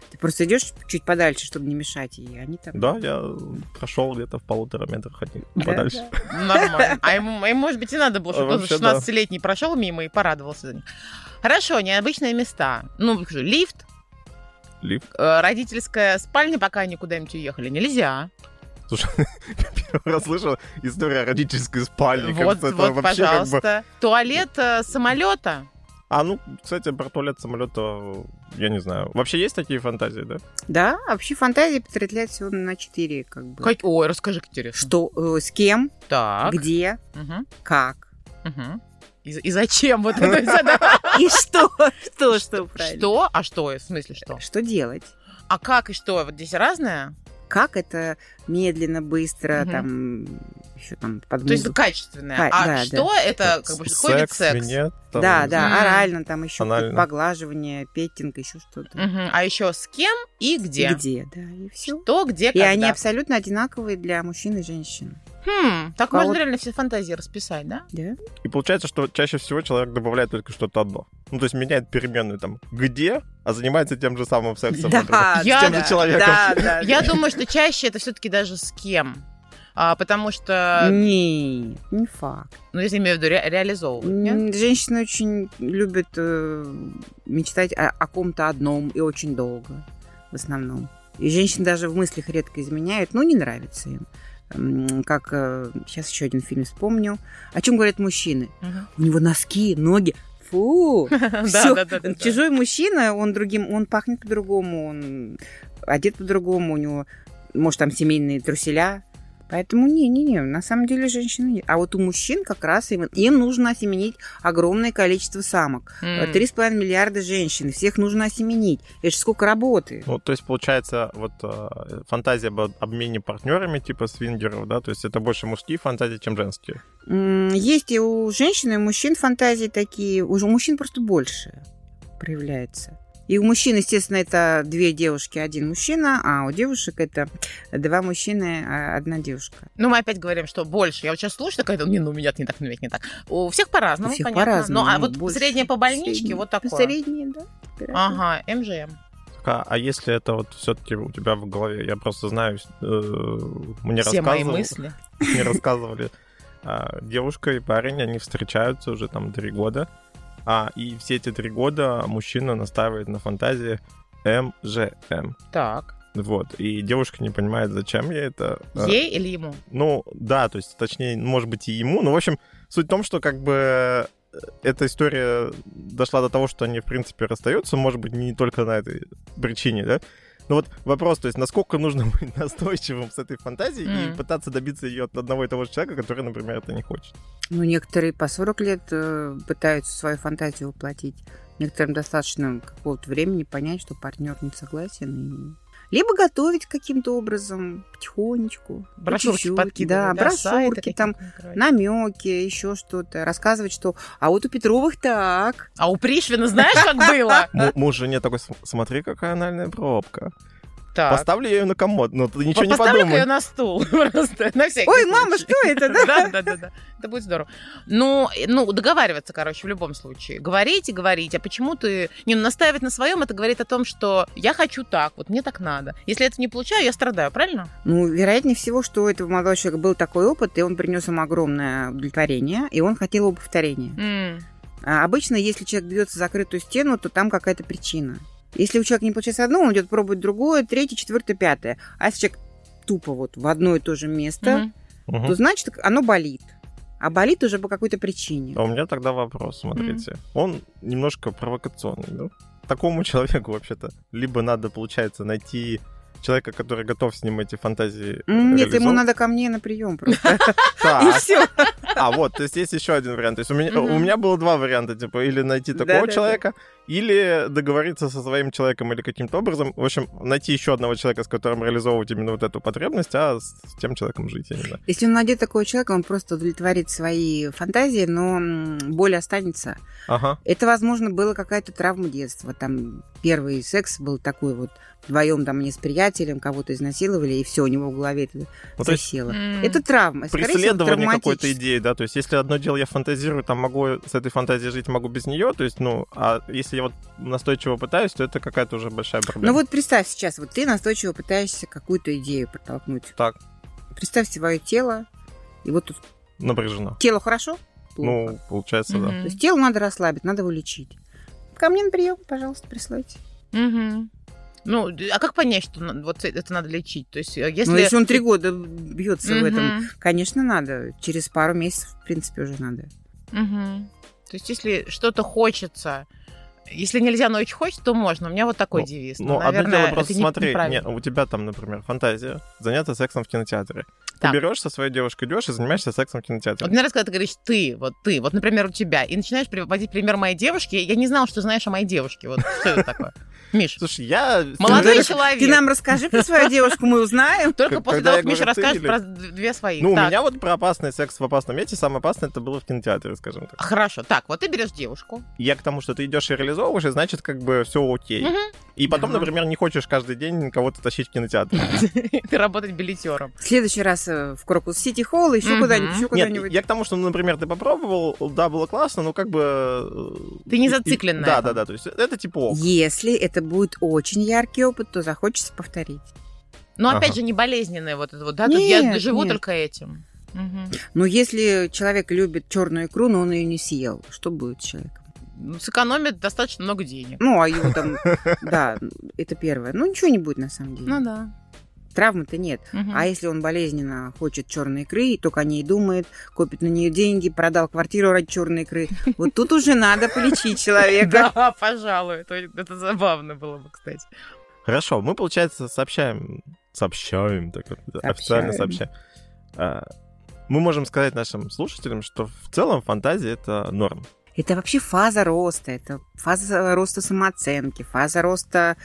Speaker 2: Ты просто идешь чуть подальше, чтобы не мешать, и они там...
Speaker 1: Да, я прошел где-то в полутора метрах от них
Speaker 2: Да,
Speaker 1: подальше.
Speaker 3: Нормально. А ему, а ему, может быть, и надо было, чтобы он
Speaker 1: Вообще, да.
Speaker 3: 16-летний прошел мимо и порадовался за них. Хорошо, необычные места. Ну, скажу, лифт,
Speaker 1: Лифт.
Speaker 3: э, родительская спальня, пока они куда-нибудь уехали, нельзя.
Speaker 1: Первый раз слышал историю о родительской спальне.
Speaker 3: вот,
Speaker 1: Кажется, это
Speaker 3: вот,
Speaker 1: вообще как бы-
Speaker 3: пожалуйста. Туалет э, самолета.
Speaker 1: А ну, кстати, про туалет самолета, я не знаю. Вообще есть такие фантазии, да?
Speaker 2: Да, вообще фантазия потрясляет всего на 4, как бы.
Speaker 3: Как- Ой, расскажи, Катерина.
Speaker 2: Что, э, с кем,
Speaker 3: Так.
Speaker 2: где,
Speaker 3: Мгм,
Speaker 2: как.
Speaker 3: мгм. И, за- и зачем вот это всё, да?
Speaker 2: И что, что, что, правильно.
Speaker 3: Что? А что? В смысле что?
Speaker 2: Что делать?
Speaker 3: А как и что? Вот здесь разное?
Speaker 2: Как это медленно, быстро,
Speaker 3: Мгм.
Speaker 2: там, еще там под
Speaker 3: То есть
Speaker 2: музыку.
Speaker 3: качественное.
Speaker 2: Ка- да,
Speaker 3: А
Speaker 2: да.
Speaker 3: что это? Как бы ходит секс?
Speaker 1: винет, там,
Speaker 2: Да,
Speaker 1: не
Speaker 2: да,
Speaker 1: знаю.
Speaker 3: Мгм.
Speaker 2: орально, там еще
Speaker 1: Анально.
Speaker 2: поглаживание, петтинг, еще что-то.
Speaker 3: Мгм. А еще с кем и где?
Speaker 2: Где, да, и все.
Speaker 3: Что, где,
Speaker 2: И
Speaker 3: когда.
Speaker 2: они абсолютно одинаковые для мужчин и женщин.
Speaker 3: Хм, так
Speaker 2: А
Speaker 3: можно
Speaker 2: вот-
Speaker 3: реально все фантазии расписать, да?
Speaker 2: Да?
Speaker 1: И получается, что чаще всего человек добавляет только что-то одно. Ну, то есть меняет переменную там где, а занимается тем же самым сексом. например.
Speaker 3: Я-
Speaker 1: С тем же человеком.
Speaker 2: да.
Speaker 3: Я думаю, что чаще это все-таки даже с кем. А, потому что,
Speaker 2: Не, не факт.
Speaker 3: ну, если имею в виду, ре- реализовывать, нет?
Speaker 2: М, Женщины очень любят э, мечтать о, о ком-то одном и очень долго, в основном. И женщины даже в мыслях редко изменяют, но не нравится им. М, Как э, сейчас еще один фильм вспомнил. О чем говорят мужчины?
Speaker 3: Мгм.
Speaker 2: У него носки, ноги. Фу!
Speaker 3: Да,
Speaker 2: Всё.
Speaker 3: да, да, да, да.
Speaker 2: Чужой мужчина, он другим, он пахнет по-другому, он одет по-другому, у него, может, там семейные труселя. Поэтому не-не-не, на самом деле женщины нет. А вот у мужчин как раз им, им нужно осеменить огромное количество самок.
Speaker 3: М.
Speaker 2: А, Три с половиной миллиарда женщин, всех нужно осеменить. Это же сколько работы.
Speaker 1: Ну, то есть, получается, вот э, фантазия об обмене партнерами, типа свингеров, да, то есть это больше мужские фантазии, чем женские.
Speaker 2: М, Есть и у женщин, и у мужчин фантазии такие. У ж- у мужчин просто больше проявляется. И у мужчин, естественно, это две девушки, один мужчина, а у девушек это два мужчины, а одна девушка.
Speaker 3: Ну, мы опять говорим, что больше. Я вот сейчас слушаю, такая, «Да не, ну, у меня не так, ну, ведь не так. У всех
Speaker 2: У
Speaker 3: по-разному,
Speaker 2: всех
Speaker 3: понятно.
Speaker 2: по-разному.
Speaker 3: Ну, а
Speaker 2: ну,
Speaker 3: вот
Speaker 2: больше.
Speaker 3: средняя по больничке,
Speaker 2: Средняя.
Speaker 3: вот такое.
Speaker 2: Средняя, да. примерно.
Speaker 3: Ага, МЖМ.
Speaker 1: Так, А, а если это вот все-таки у тебя в голове, я просто знаю, э, мне
Speaker 3: Все мои
Speaker 1: рассказывал,
Speaker 3: мысли.
Speaker 1: мне рассказывали. а, Девушка и парень, они встречаются уже там три года. А, и все эти три года мужчина настаивает на фантазии МЖМ.
Speaker 3: Так.
Speaker 1: Вот. И девушка не понимает, зачем ей это. А,
Speaker 3: Ей или ему?
Speaker 1: Ну, да, то есть, точнее, может быть, и ему. Но, в общем, суть в том, что как бы э, эта история дошла до того, что они, в принципе, расстаются. Может быть, не только на этой причине, да? Но вот вопрос, то есть, насколько нужно быть настойчивым с этой фантазией
Speaker 3: Мгм.
Speaker 1: и пытаться добиться ее от одного и того же человека, который, например, это не хочет.
Speaker 2: Ну, некоторые по 40 лет э, пытаются свою фантазию воплотить. Некоторым достаточно какого-то времени понять, что партнер не согласен. и- Либо готовить каким-то образом, потихонечку. по
Speaker 3: Брошюрки
Speaker 2: чуть-чуть.
Speaker 3: подкидывают.
Speaker 2: Да, брошюрки,
Speaker 3: сайты
Speaker 2: там
Speaker 3: какие-то открывать.
Speaker 2: намеки, еще что-то. Рассказывать, что а вот у Петровых так.
Speaker 3: А у Пришвина знаешь, как было?
Speaker 1: М- Муж жене такой, «См- смотри, какая анальная пробка.
Speaker 3: Так.
Speaker 1: Поставлю я ее на комод, но ты ничего не
Speaker 3: Поставлю-ка
Speaker 1: подумай.
Speaker 3: ее на стул просто, на всякий
Speaker 2: Ой,
Speaker 3: случай.
Speaker 2: мама, что это, да?
Speaker 3: Э, Да, да, да, да. Это будет здорово. Ну, э, ну, договариваться, короче, в любом случае. Говорить и говорить. А почему ты... Не, ну, настаивать на своем, это говорит о том, что я хочу так, вот мне так надо. Если я это не получаю, я страдаю, правильно?
Speaker 2: Ну, вероятнее всего, что у этого молодого человека был такой опыт, и он принес ему огромное удовлетворение, и он хотел его повторения.
Speaker 3: М.
Speaker 2: А Обычно, если человек бьется в закрытую стену, то там какая-то причина. Если у человека не получается одно, он идет пробовать другое, третье, четвертое, пятое. А если человек тупо вот в одно и то же место,
Speaker 3: Мгм.
Speaker 1: Мгм.
Speaker 2: то значит оно болит. А болит уже по какой-то причине.
Speaker 1: А у меня тогда вопрос, смотрите. Он немножко провокационный, да? Такому человеку, вообще-то, либо надо, получается, найти человека, который готов с ним эти фантазии
Speaker 2: М, Нет, ему
Speaker 1: реализовывать.
Speaker 2: надо ко мне на прием просто. И
Speaker 1: Так.
Speaker 2: все.
Speaker 1: А, вот, то есть есть еще один вариант. То есть у меня,
Speaker 3: Мгм.
Speaker 1: у меня было два варианта, типа, или найти
Speaker 2: Да,
Speaker 1: такого
Speaker 2: да,
Speaker 1: человека, или договориться со своим человеком или каким-то образом. В общем, найти еще одного человека, с которым реализовывать именно вот эту потребность, а с с тем человеком жить, я не знаю.
Speaker 2: Если он найдет такого человека, он просто удовлетворит свои фантазии, но м, боль останется.
Speaker 1: Ага.
Speaker 2: Это, возможно, была какая-то травма детства. Там первый секс был такой вот вдвоем там не с приятелем, кого-то изнасиловали, и все, у него в голове это
Speaker 1: Ну, то есть
Speaker 2: засело.
Speaker 3: М.
Speaker 2: Это травма. скорее всего,
Speaker 1: преследование какой-то
Speaker 2: травматическая.
Speaker 1: идеи, да, то есть если одно дело я фантазирую, там могу с этой фантазией жить, могу без нее, то есть, ну, а если я вот настойчиво пытаюсь, то это какая-то уже большая проблема.
Speaker 2: Ну вот представь сейчас, вот ты настойчиво пытаешься какую-то идею протолкнуть.
Speaker 1: Так.
Speaker 2: Представь свое тело, и вот тут
Speaker 1: Напряжено.
Speaker 2: тело хорошо, плохо.
Speaker 1: Ну, получается, да.
Speaker 3: Мгм.
Speaker 2: То есть тело надо расслабить, надо его лечить. Ко мне на прием, пожалуйста, прислать.
Speaker 3: Мгм. Ну, д- а как понять, что на- вот э- это надо лечить? То есть, э, если...
Speaker 2: Ну, если он три года бьется в этом,
Speaker 3: Мгм.
Speaker 2: конечно, надо. Через пару месяцев, в принципе, уже надо.
Speaker 3: Мгм. То есть, если что-то хочется, если нельзя, но очень хочется, то можно. У меня вот такой
Speaker 1: Ну,
Speaker 3: девиз.
Speaker 1: Ну, одно
Speaker 3: наверное,
Speaker 1: дело
Speaker 3: это
Speaker 1: просто
Speaker 3: не-
Speaker 1: смотри,
Speaker 3: неправильно.
Speaker 1: нет, у тебя там, например, фантазия, заняться сексом в кинотеатре.
Speaker 3: Так.
Speaker 1: Ты берешь со своей девушкой, идешь и занимаешься сексом в
Speaker 3: Вот
Speaker 1: кинотеатре.
Speaker 3: мне раз, когда ты говоришь ты, вот ты, вот, например, у тебя, и начинаешь приводить пример моей девушки, я не знала, что знаешь о моей девушке. Вот что это такое? Миш,
Speaker 1: Слушай, я...
Speaker 3: молодой
Speaker 2: говоришь,
Speaker 3: человек.
Speaker 2: Ты нам расскажи про свою девушку, мы узнаем.
Speaker 3: Только
Speaker 1: Когда
Speaker 3: после
Speaker 1: я
Speaker 3: того, как
Speaker 1: говорю
Speaker 3: Миша
Speaker 1: «ты»
Speaker 3: расскажет
Speaker 1: или-
Speaker 3: про д- две свои.
Speaker 1: Ну,
Speaker 3: Так.
Speaker 1: у меня вот про опасный секс в опасном месте, самое опасное это было в кинотеатре, скажем так.
Speaker 3: Хорошо, так, вот ты берешь девушку.
Speaker 1: Я к тому, что ты идешь и реализовываешь, и значит, как бы все окей.
Speaker 3: Мгм.
Speaker 1: И потом,
Speaker 2: Да.
Speaker 1: например, не хочешь каждый день кого-то тащить в кинотеатр.
Speaker 3: Ты работать билетером.
Speaker 2: В следующий раз э, в Крокус Сити Холл, еще
Speaker 3: Мгм.
Speaker 2: куда-нибудь, еще
Speaker 1: Нет,
Speaker 2: куда-нибудь.
Speaker 1: я к тому, что, ну, например, ты попробовал, да, было классно, но как бы... э,
Speaker 3: Ты не
Speaker 1: и- и-
Speaker 3: зациклен на
Speaker 1: Да,
Speaker 3: этом.
Speaker 1: да, да, то есть это типа ок.
Speaker 2: Если это будет очень яркий опыт, то захочется повторить.
Speaker 3: Но
Speaker 1: Ага.
Speaker 3: опять же, не болезненное вот это вот, да? Тут я
Speaker 2: Нет,
Speaker 3: живу
Speaker 2: нет.
Speaker 3: только этим. Мгм.
Speaker 2: Но если человек любит черную икру, но он ее не съел, что будет с человеком?
Speaker 3: Ну, Сэкономит достаточно много денег.
Speaker 2: Ну, а его там, да, это первое. Ну, ничего не будет на самом деле.
Speaker 3: Ну да.
Speaker 2: Травмы-то нет.
Speaker 3: Мгм.
Speaker 2: А если он болезненно хочет черной икры, и только о ней думает, копит на нее деньги, продал квартиру ради черной икры, вот тут уже надо полечить человека.
Speaker 3: Да, пожалуй. Это, это забавно было бы, кстати.
Speaker 1: Хорошо, мы, получается, сообщаем... Сообщаем, так вот, да,
Speaker 2: Сообщаем.
Speaker 1: официально сообщаем. А, Мы можем сказать нашим слушателям, что в целом фантазия — это норм.
Speaker 2: Это вообще фаза роста, это фаза роста самооценки, фаза роста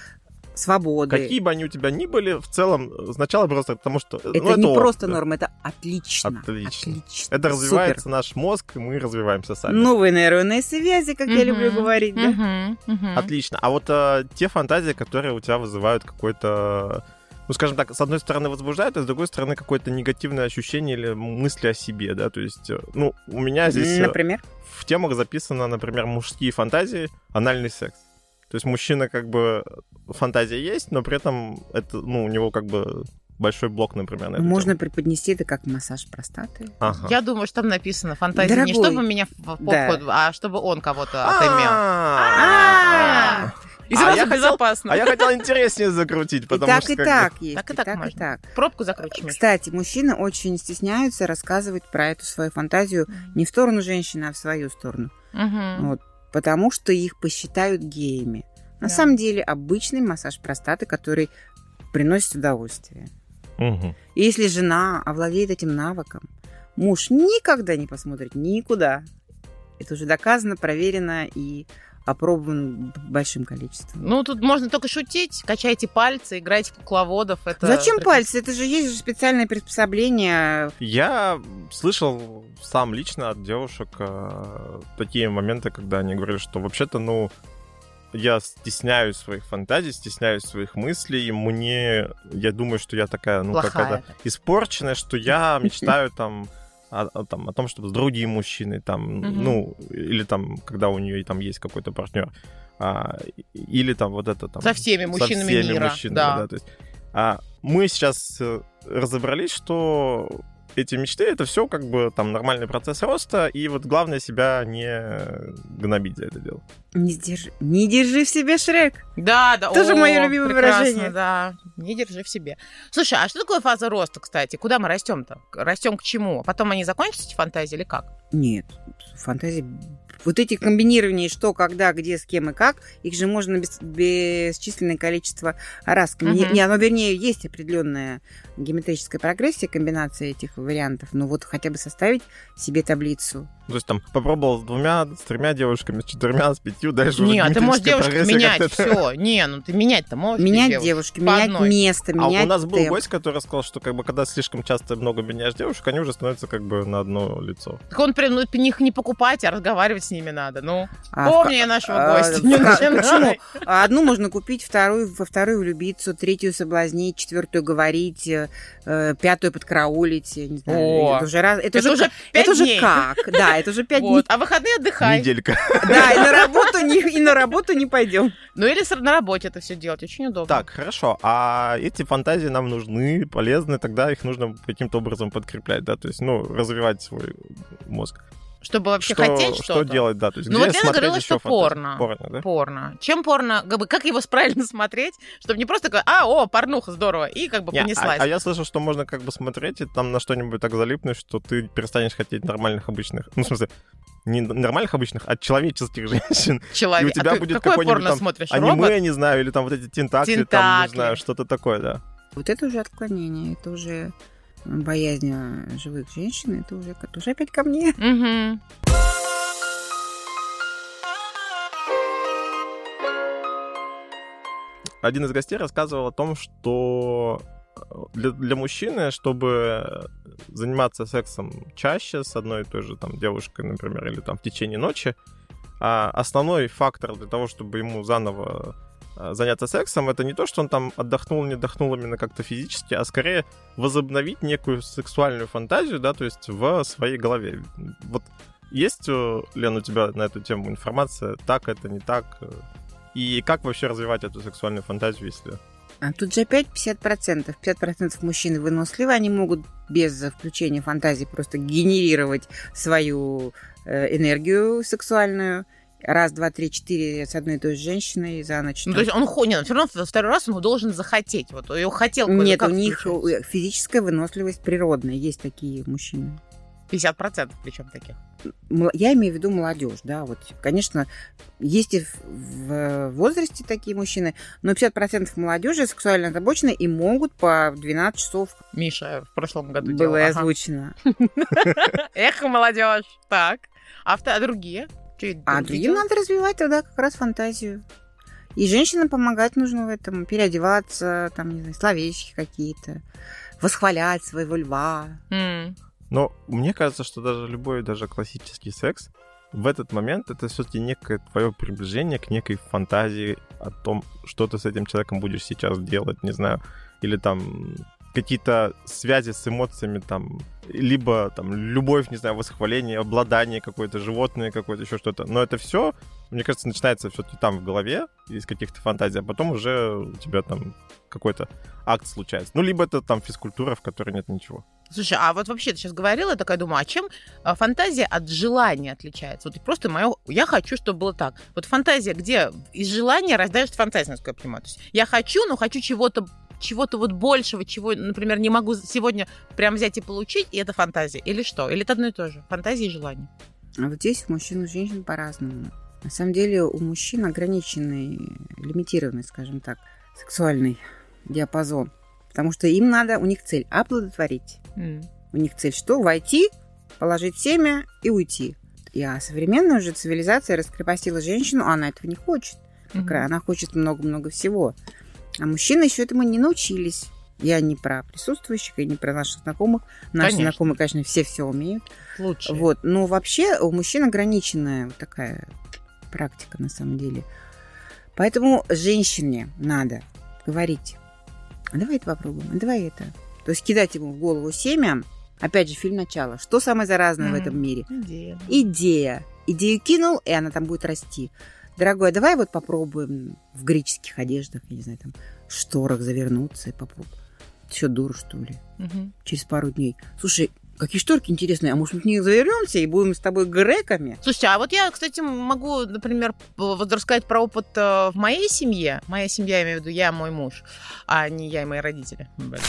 Speaker 2: свободы.
Speaker 1: Какие бы они у тебя ни были, в целом, э, сначала просто потому, что... э, ну,
Speaker 2: Это не
Speaker 1: опыт,
Speaker 2: просто
Speaker 1: да.
Speaker 2: норма, это отлично.
Speaker 1: Отлично.
Speaker 2: отлично,
Speaker 1: Это развивается
Speaker 2: супер. Ну,
Speaker 1: наш мозг, и мы развиваемся сами.
Speaker 2: Новые нейронные связи, как я
Speaker 3: Мгм,
Speaker 2: люблю говорить, да?
Speaker 3: мгм, мгм.
Speaker 1: Отлично. А вот э, те фантазии, которые у тебя вызывают какое-то, ну, скажем так, с одной стороны возбуждают, а с другой стороны какое-то негативное ощущение или мысли о себе, да, то есть, э, ну, у меня здесь э,
Speaker 2: Например,
Speaker 1: в темах записано, например, мужские фантазии, анальный секс. То есть мужчина как бы фантазия есть, но при этом это, ну, у него как бы большой блок, например, на эту
Speaker 2: можно
Speaker 1: тему.
Speaker 2: преподнести это как массаж простаты.
Speaker 1: Ага.
Speaker 3: Я думаю, что там написано фантазия не
Speaker 2: Дорогой.
Speaker 3: чтобы меня в попку,
Speaker 2: Да.
Speaker 3: а чтобы он кого-то отымел.
Speaker 1: А-а-а.
Speaker 3: А. И
Speaker 1: А
Speaker 3: сразу
Speaker 1: я хотел-
Speaker 3: безопасно.
Speaker 1: А я хотел интереснее закрутить,
Speaker 2: И
Speaker 1: потому
Speaker 2: так,
Speaker 1: что...
Speaker 2: и
Speaker 1: как бы-
Speaker 2: так есть.
Speaker 3: Так и так можно.
Speaker 2: так.
Speaker 3: Пробку закручиваешь.
Speaker 2: Кстати, мужчины очень стесняются рассказывать про эту свою фантазию не в сторону женщины, а в свою сторону.
Speaker 3: Мгм.
Speaker 2: Вот, потому что их посчитают геями. На
Speaker 3: Да.
Speaker 2: самом деле обычный массаж простаты, который приносит удовольствие.
Speaker 1: Мгм.
Speaker 2: И если жена овладеет этим навыком, муж никогда не посмотрит никуда. Это уже доказано, проверено и опробовано б- большим количеством.
Speaker 3: Ну, тут можно только шутить, качайте пальцы, играйте в кукловодов. Это
Speaker 2: Зачем
Speaker 3: прекрасно.
Speaker 2: пальцы? Это же есть же специальное приспособление.
Speaker 1: Я слышал сам лично от девушек э, такие моменты, когда они говорили, что вообще-то, ну, я стесняюсь своих фантазий, стесняюсь своих мыслей. Мне, я думаю, что я такая, ну,
Speaker 3: Плохая
Speaker 1: какая-то испорченная, что я мечтаю там о, о- там, о том, чтобы с другим мужчиной там,
Speaker 3: Мгм.
Speaker 1: ну, или там, когда у нее там есть какой-то партнер, а, и- или там вот это там.
Speaker 3: Со всеми мужчинами
Speaker 1: со всеми
Speaker 3: мира.
Speaker 1: мужчинами,
Speaker 3: да.
Speaker 1: да, то есть, а, мы сейчас э, разобрались, что эти мечты это все как бы там нормальный процесс роста, и вот главное себя не гнобить за это дело.
Speaker 2: Не держи, не держи в себе Шрек.
Speaker 3: Да, да.
Speaker 2: Тоже
Speaker 3: о,
Speaker 2: моё любимое
Speaker 3: прекрасно,
Speaker 2: выражение.
Speaker 3: Да, не держи в себе. Слушай, а что такое фаза роста, кстати? Куда мы растем-то? Растем к чему? А Потом они закончатся, эти фантазии, или как?
Speaker 2: Нет, фантазии... Вот эти комбинирования, что, когда, где, с кем и как, их же можно бес- бесчисленное количество раз. комбини-
Speaker 3: Мгм.
Speaker 2: Не, оно, вернее, есть определенная геометрическая прогрессия, комбинация этих вариантов. Но вот хотя бы составить себе таблицу.
Speaker 1: Ну, То есть там попробовал с двумя, с тремя девушками, с четырьмя, с пятью, дальше уже
Speaker 3: не, а ты можешь
Speaker 1: геометрическая
Speaker 3: девушек
Speaker 1: прогрессия
Speaker 3: менять,
Speaker 1: как-то-
Speaker 3: все. Не, ну ты менять-то можешь.
Speaker 2: менять
Speaker 3: девушек.
Speaker 2: девушки,
Speaker 3: по
Speaker 2: менять
Speaker 3: одной.
Speaker 2: место,
Speaker 1: А
Speaker 2: менять
Speaker 1: у нас был
Speaker 2: темп.
Speaker 1: гость, который сказал, что как бы когда слишком часто много меняешь девушек, они уже становятся как бы на одно лицо.
Speaker 3: Так он прям, ну, их не покупать, а разговаривать с ними надо. Ну,
Speaker 2: А в
Speaker 3: помни я нашего
Speaker 2: а,
Speaker 3: гостя.
Speaker 2: в
Speaker 3: не
Speaker 2: ка-
Speaker 3: начинай.
Speaker 2: почему? А Одну можно купить, вторую, во вторую влюбиться, третью соблазнить, четвертую говорить, э, э, пятую подкраулить. я Не знаю,
Speaker 3: О,
Speaker 2: это уже раз, это,
Speaker 3: Это
Speaker 2: уже,
Speaker 3: уже пять
Speaker 2: это уже
Speaker 3: дней.
Speaker 2: как? Да, это уже пять
Speaker 3: Вот. А выходные отдыхай.
Speaker 1: Неделька.
Speaker 2: дней. Да, и на работу не и на работу не пойдем.
Speaker 3: Ну или с- на работе это все делать, очень удобно.
Speaker 1: Так, хорошо. А эти фантазии нам нужны, полезны, тогда их нужно каким-то образом подкреплять, да, то есть, ну, развивать свой мозг.
Speaker 3: Чтобы вообще
Speaker 1: Что,
Speaker 3: хотеть
Speaker 1: что
Speaker 3: что-то.
Speaker 1: делать, да, то есть,
Speaker 3: Ну,
Speaker 1: где
Speaker 3: вот Лена
Speaker 1: смотреть
Speaker 3: говорила,
Speaker 1: еще
Speaker 3: что
Speaker 1: фантазии?
Speaker 3: порно.
Speaker 1: Порно, да?
Speaker 3: Порно. Чем порно, как бы, как его правильно смотреть, чтобы не просто такое, а, о, порнуха, здорово, и как бы
Speaker 1: Не, а-
Speaker 3: понеслась.
Speaker 1: а, я слышал, что можно как бы смотреть и там на что-нибудь так залипнуть, что ты перестанешь хотеть нормальных обычных, ну, в смысле, не нормальных обычных, а человеческих женщин.
Speaker 3: Человек.
Speaker 1: и у тебя
Speaker 3: а ты
Speaker 1: будет
Speaker 3: какое
Speaker 1: какой-нибудь
Speaker 3: порно
Speaker 1: там
Speaker 3: смотришь?
Speaker 1: Аниме,
Speaker 3: Робот?
Speaker 1: я не знаю, или там вот эти тентакли, там,
Speaker 3: Тентакли.
Speaker 1: не знаю, что-то такое, да.
Speaker 2: Вот это уже отклонение, это уже боязнь э, живых женщин, это уже, это уже опять ко мне.
Speaker 3: Мгм.
Speaker 1: один из гостей рассказывал о том, что э, для, для мужчины, чтобы заниматься сексом чаще с одной и той же там девушкой, например, или там в течение ночи, а, основной фактор для того, чтобы ему заново а, заняться сексом, это не то, что он там отдохнул, не отдохнул именно как-то физически, а скорее возобновить некую сексуальную фантазию, да, то есть в своей голове. Вот есть, э, Лен, у тебя на эту тему информация, так это, не так? э, и как вообще развивать эту сексуальную фантазию, если...
Speaker 2: А тут же опять 50%. 50% мужчин выносливы, они могут без включения фантазии просто генерировать свою э, энергию сексуальную. Раз, два, три, четыре с одной и той же женщиной за ночь.
Speaker 3: Ну,
Speaker 2: там.
Speaker 3: то есть он ходит, все равно во второй раз он должен захотеть. Вот ее хотел.
Speaker 2: Нет,
Speaker 3: как
Speaker 2: у них
Speaker 3: включается?
Speaker 2: э, физическая выносливость природная. Есть такие мужчины.
Speaker 3: 50% причем таких.
Speaker 2: Мла- Я имею в виду молодежь, да, вот, конечно, есть и в- в э, возрасте такие мужчины, но 50% молодежи сексуально озабочены и могут по 12 часов
Speaker 3: Миша в прошлом году делал.
Speaker 2: было
Speaker 3: Ага.
Speaker 2: озвучено.
Speaker 3: Эхо, молодежь. Так. А авто- а другие? Чё,
Speaker 2: А другим надо развивать тогда как раз фантазию. И женщинам помогать нужно в этом, переодеваться, там, не знаю, словечки какие-то, восхвалять своего льва.
Speaker 3: М.
Speaker 1: Но мне кажется, что даже любой, даже классический секс, в этот момент это все-таки некое твое приближение к некой фантазии о том, что ты с этим человеком будешь сейчас делать, не знаю, или там какие-то связи с эмоциями, там, либо там любовь, не знаю, восхваление, обладание какое-то, животное какое-то, еще что-то. Но это все, мне кажется, начинается все-таки там в голове, из каких-то фантазий, а потом уже у тебя там какой-то акт случается. Ну, либо это там физкультура, в которой нет ничего.
Speaker 3: Слушай, а вот вообще ты сейчас говорила, я такая думаю, а чем а, фантазия от желания отличается? Вот просто мое, я хочу, чтобы было так. Вот фантазия, где из желания рождаешься фантазия, насколько я понимаю. То есть я хочу, но хочу чего-то чего-то вот большего, чего, например, не могу сегодня прям взять и получить, и это фантазия. Или что? Или это одно и то же? Фантазия и желание.
Speaker 2: А вот здесь у мужчин и женщин по-разному. На самом деле у мужчин ограниченный, лимитированный, скажем так, сексуальный диапазон. Потому что им надо, у них цель оплодотворить. У них цель что? Войти, положить семя и уйти. И, а современная уже цивилизация раскрепостила женщину, а она этого не хочет. Как раз Она хочет много-много всего. А мужчины еще этому не научились. Я не про присутствующих и не про наших знакомых. Наши
Speaker 3: Конечно.
Speaker 2: знакомые, конечно, все все умеют.
Speaker 3: Лучше.
Speaker 2: Вот. Но вообще у мужчин ограниченная вот такая практика на самом деле. Поэтому женщине надо говорить, а давай это попробуем, а давай это. То есть кидать ему в голову семя, опять же, фильм «Начало». Что самое заразное в
Speaker 3: Мгм.
Speaker 2: этом мире?
Speaker 3: Идея.
Speaker 2: Идея. Идею кинул, и она там будет расти. Дорогой, а давай вот попробуем в греческих одеждах, я не знаю, там, в шторах завернуться и попробуем. Ты что, дура, что ли?
Speaker 3: Мгм.
Speaker 2: Через пару дней. Слушай, какие шторки интересные, а может, мы в них завернемся и будем с тобой греками?
Speaker 3: Слушайте, а вот я, кстати, могу, например, п- вот рассказать про опыт э, в моей семье. Моя семья, я имею в виду, я, мой муж, а не я и мои родители. Блин.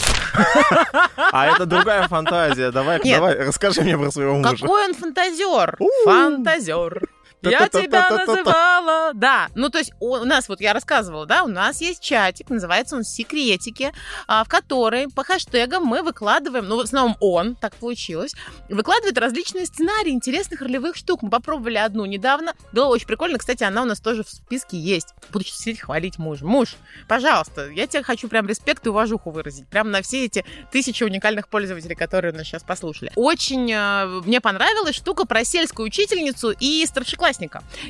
Speaker 1: А это другая фантазия. Давай,
Speaker 3: Нет.
Speaker 1: давай, расскажи мне про своего мужа.
Speaker 3: Какой он фантазер!
Speaker 1: У-у.
Speaker 3: Фантазер! Я тебя
Speaker 1: Та-та-та-та-та-та.
Speaker 3: называла! Да, ну то есть у у нас, вот я рассказывала, да, у нас есть чатик, называется он «Секретики», а, в который по хэштегам мы выкладываем, ну в основном он, так получилось, выкладывает различные сценарии интересных ролевых штук. Мы попробовали одну недавно, было очень прикольно, кстати, она у нас тоже в списке есть. Буду сейчас сидеть хвалить мужа. Муж, пожалуйста, я тебе хочу прям респект и уважуху выразить, прям на все эти тысячи уникальных пользователей, которые нас сейчас послушали. Очень э, мне понравилась штука про сельскую учительницу и старшеклассника.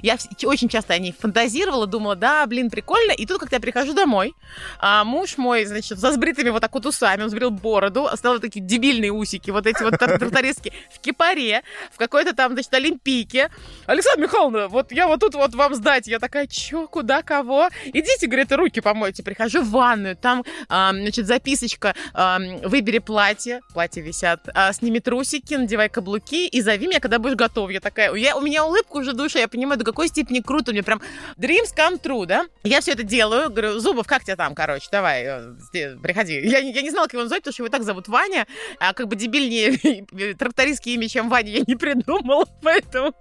Speaker 3: Я вс- ч- очень часто о ней фантазировала, думала, да, блин, прикольно. И тут, когда я прихожу домой, а муж мой, значит, со сбритыми вот так вот усами, он сбрил бороду, осталось такие дебильные усики, вот эти вот тар- тартарецкие, в кипаре, в какой-то там, значит, олимпийке. Александра Михайловна, вот я вот тут вот вам сдать. Я такая, чё, куда, кого? Идите, говорит, руки помойте. Прихожу в ванную, там а, значит, записочка а, «Выбери платье», платье висят, а, «Сними трусики, надевай каблуки и зови меня, когда будешь готов». Я такая, я, у меня улыбка уже душа, я понимаю, до какой степени круто, мне прям dreams come true, да? Я все это делаю, говорю, Зубов, как тебя там, короче, давай, э, сде- приходи. Я, не- я не знала, как его назвать, потому что его и так зовут Ваня, а как бы дебильнее трактористские имя, чем Ваня, я не придумала, поэтому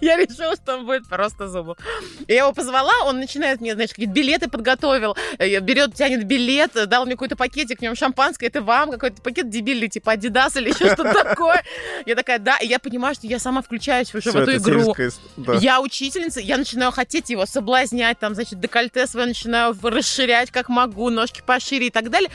Speaker 3: я решила, что он будет просто Зубов. Я его позвала, он начинает мне, значит, какие-то билеты подготовил, э, берет, тянет билет, э, дал мне какой-то пакетик, в нем шампанское, это вам какой-то пакет дебильный, типа Адидас или еще что-то такое. Я такая, да, и я понимаю, что я сама включаюсь уже в
Speaker 1: Всё,
Speaker 3: эту
Speaker 1: это
Speaker 3: игру.
Speaker 1: сельская ис- да.
Speaker 3: Я учительница, я начинаю хотеть его соблазнять, там, значит, декольте свое начинаю в- расширять, как могу, ножки пошире и так далее.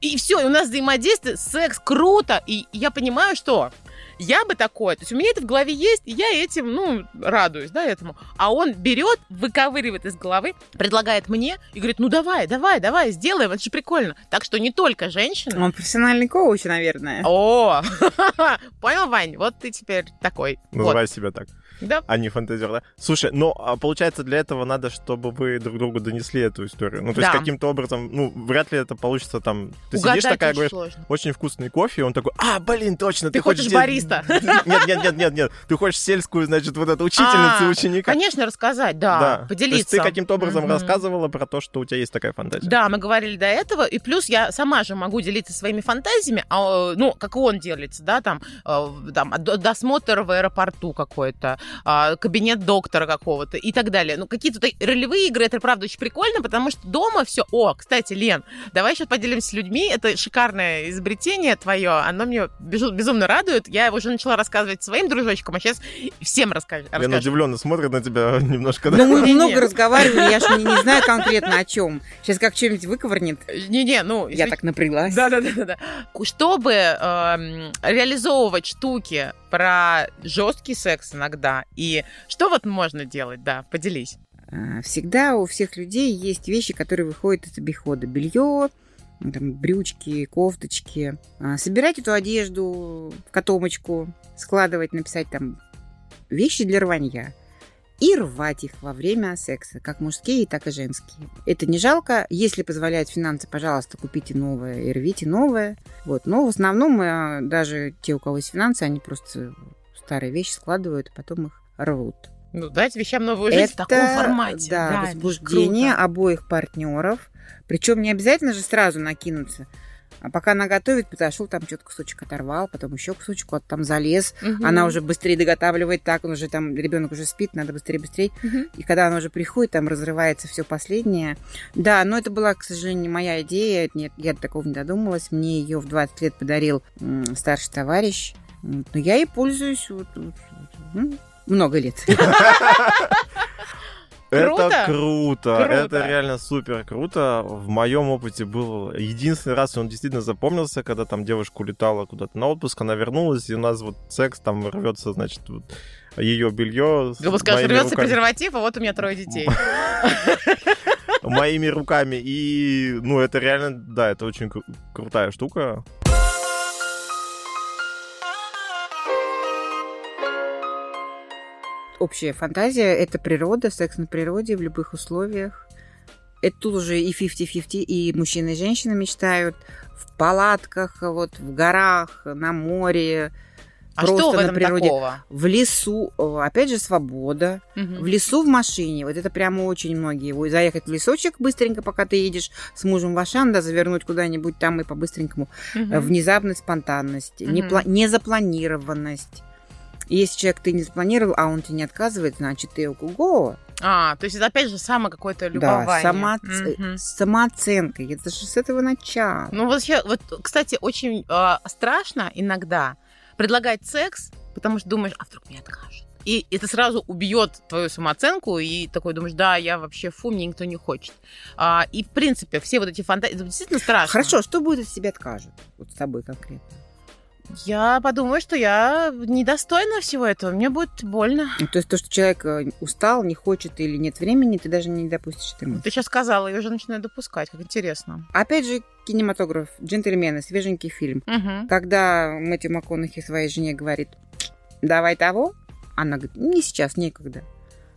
Speaker 3: И все, и у нас взаимодействие, секс, круто. И я понимаю, что я бы такое, то есть у меня это в голове есть, и я этим, ну, радуюсь, да, этому. А он берет, выковыривает из головы, предлагает мне и говорит, ну давай, давай, давай, сделаем, это же прикольно. Так что не только женщины.
Speaker 2: Он профессиональный коуч,
Speaker 3: А
Speaker 2: наверное.
Speaker 3: О, понял, Вань, вот ты теперь такой. Вот.
Speaker 1: Называй себя так,
Speaker 3: Да.
Speaker 1: а не фантазер, да? Слушай, ну, а получается, для этого надо, чтобы вы друг другу донесли эту историю. Ну, то есть
Speaker 3: Да.
Speaker 1: каким-то образом, ну, вряд ли это получится там... Ты сидишь
Speaker 3: Угадать
Speaker 1: такая,
Speaker 3: очень
Speaker 1: говоришь,
Speaker 3: сложно.
Speaker 1: очень вкусный кофе, и он такой, а, блин, точно, ты,
Speaker 3: Ты хочешь
Speaker 1: делать-
Speaker 3: бариста.
Speaker 1: Нет, нет, нет, нет, нет, ты хочешь сельскую, значит, вот эту учительницу
Speaker 3: А,
Speaker 1: ученика.
Speaker 3: Конечно, рассказать, да,
Speaker 1: Да.
Speaker 3: поделиться.
Speaker 1: То есть ты каким-то образом
Speaker 3: Мгм.
Speaker 1: рассказывала про то, что у тебя есть такая фантазия.
Speaker 3: Да, мы говорили до этого, и плюс я сама же могу делиться своими фантазиями, а, э, ну, как он делится, да, там, э, там до- досмотр в аэропорту какой-то, а, кабинет доктора какого-то и так далее. Ну, какие-то та- ролевые игры, это, правда, очень прикольно, потому что дома все... О, кстати, Лен, давай сейчас поделимся с людьми, это шикарное изобретение твое, оно мне безу- безумно радует, я его уже начала рассказывать своим дружочкам, а сейчас всем расскажу.
Speaker 1: Лена удивленно смотрит на тебя немножко. да?
Speaker 2: Да Ну, мы
Speaker 3: Не-не.
Speaker 2: много разговаривали, я же не не знаю конкретно о чем. Сейчас как что-нибудь выковырнет.
Speaker 3: Не-не, ну...
Speaker 2: Я так напряглась.
Speaker 3: Да, да, да, да. Чтобы эм, реализовывать штуки про жесткий секс иногда и что вот можно делать, да, поделись.
Speaker 2: А, Всегда у всех людей есть вещи, которые выходят из обихода. Белье, ну, там, брючки, кофточки. А, Собирать эту одежду в котомочку, складывать, написать там вещи для рванья. И рвать их во время секса, как мужские, так и женские. Это не жалко. Если позволяют финансы, пожалуйста, купите новое и рвите новое. Вот. Но в основном э, даже те, у кого есть финансы, они просто старые вещи складывают, а потом их рвут
Speaker 3: Ну, дать вещам новую жизнь в таком формате.
Speaker 2: да,
Speaker 3: это
Speaker 2: возбуждение
Speaker 3: круто.
Speaker 2: обоих партнеров. Причем не обязательно же сразу накинуться. А пока она готовит, подошел, там что-то кусочек оторвал, потом еще кусочек, вот там залез.
Speaker 3: Мгм.
Speaker 2: Она уже быстрее доготавливает, так он уже там, ребенок уже спит, надо быстрее, быстрее.
Speaker 3: Мгм.
Speaker 2: И когда она уже приходит, там разрывается все последнее. Да, но это была, к сожалению, не моя идея. Это Нет, я до такого не додумалась. Мне ее в 20 лет подарил м, старший товарищ. Вот, Но я ей пользуюсь вот, вот, вот, м, много лет.
Speaker 1: Это
Speaker 3: Круто?
Speaker 1: круто,
Speaker 3: Круто.
Speaker 1: это реально супер круто. В моем опыте был единственный раз, и он действительно запомнился, когда там девушка улетала куда-то на отпуск, она вернулась, и у нас вот секс там рвется, значит, вот, ее белье. с
Speaker 3: Ты бы скажешь,
Speaker 1: моими
Speaker 3: рвется
Speaker 1: руками.
Speaker 3: презерватив, а вот у меня трое детей.
Speaker 1: моими руками. И, ну, это реально, да, это очень кру- крутая штука.
Speaker 2: Общая фантазия — это природа, секс на природе в любых условиях. Это тут уже и 50-50, и мужчины и женщины мечтают в палатках, вот в горах, на море,
Speaker 3: А что
Speaker 2: Просто
Speaker 3: в
Speaker 2: на
Speaker 3: этом
Speaker 2: природе.
Speaker 3: такого?
Speaker 2: в лесу. Э, Опять же, свобода. В
Speaker 3: Мгм.
Speaker 2: лесу в машине, вот это прямо очень многие. его заехать в лесочек быстренько, пока ты едешь с мужем в Ашан, да, завернуть куда-нибудь там и по-быстренькому. Э,
Speaker 3: Мгм.
Speaker 2: Внезапность, спонтанность,
Speaker 3: Мгм.
Speaker 2: непла- незапланированность. Если человек ты не запланировал, а он тебе не отказывает, значит, ты ого
Speaker 3: А, то есть это опять же самое какое-то любование.
Speaker 2: Да, сама, э,
Speaker 3: Мгм.
Speaker 2: самооценка. Это же с этого начала.
Speaker 3: Ну, вообще, вот, кстати, очень а, страшно иногда предлагать секс, потому что думаешь, а вдруг мне откажут. И это сразу убьет твою самооценку, и такой думаешь, да, я вообще фу, мне никто не хочет. А, и, в принципе, все вот эти фантазии, это действительно страшно.
Speaker 2: Хорошо, что будет, если тебе откажут? Вот с тобой конкретно.
Speaker 3: Я подумаю, что я недостойна всего этого, мне будет больно.
Speaker 2: Ну, То есть то, что человек э, устал, не хочет или нет времени, ты даже не допустишь этой мысли.
Speaker 3: Ты сейчас сказала, я уже начинаю допускать, как интересно.
Speaker 2: Опять же, кинематограф, джентльмены, свеженький фильм.
Speaker 3: Мгм.
Speaker 2: Когда Мэтью МакКонахи своей жене говорит, давай того, она говорит, не сейчас, некогда.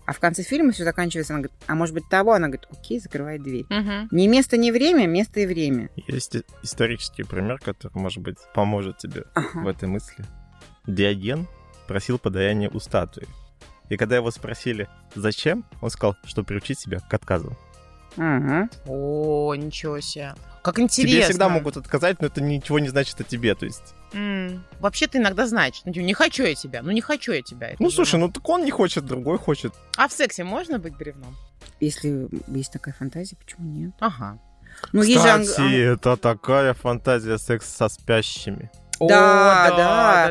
Speaker 2: А в конце фильма все заканчивается, она говорит, а может быть того, она говорит, окей, закрывает дверь.
Speaker 3: Мгм.
Speaker 2: Не место, не время, место и время.
Speaker 1: Есть и- исторический пример, который, может быть, поможет тебе в
Speaker 2: Ага.
Speaker 1: этой мысли. Диоген просил подаяние у статуи. И когда его спросили, зачем, он сказал, что приучить себя к отказу.
Speaker 2: Ага.
Speaker 3: О, ничего себе. Как
Speaker 1: Тебе
Speaker 3: интересно.
Speaker 1: всегда могут отказать, но это ничего не значит о тебе. То есть, Ну,
Speaker 3: М, Вообще-то иногда значит. Ну, типа, не хочу я тебя, ну не хочу я тебя. Это
Speaker 1: ну
Speaker 3: же-
Speaker 1: слушай, ну так он не хочет, другой хочет.
Speaker 3: А в сексе можно быть бревном?
Speaker 2: Если есть такая фантазия, почему нет?
Speaker 3: Ага.
Speaker 2: Ну, есть же анг-
Speaker 1: Кстати, это такая фантазия секс со спящими.
Speaker 2: Да,
Speaker 3: О,
Speaker 2: да.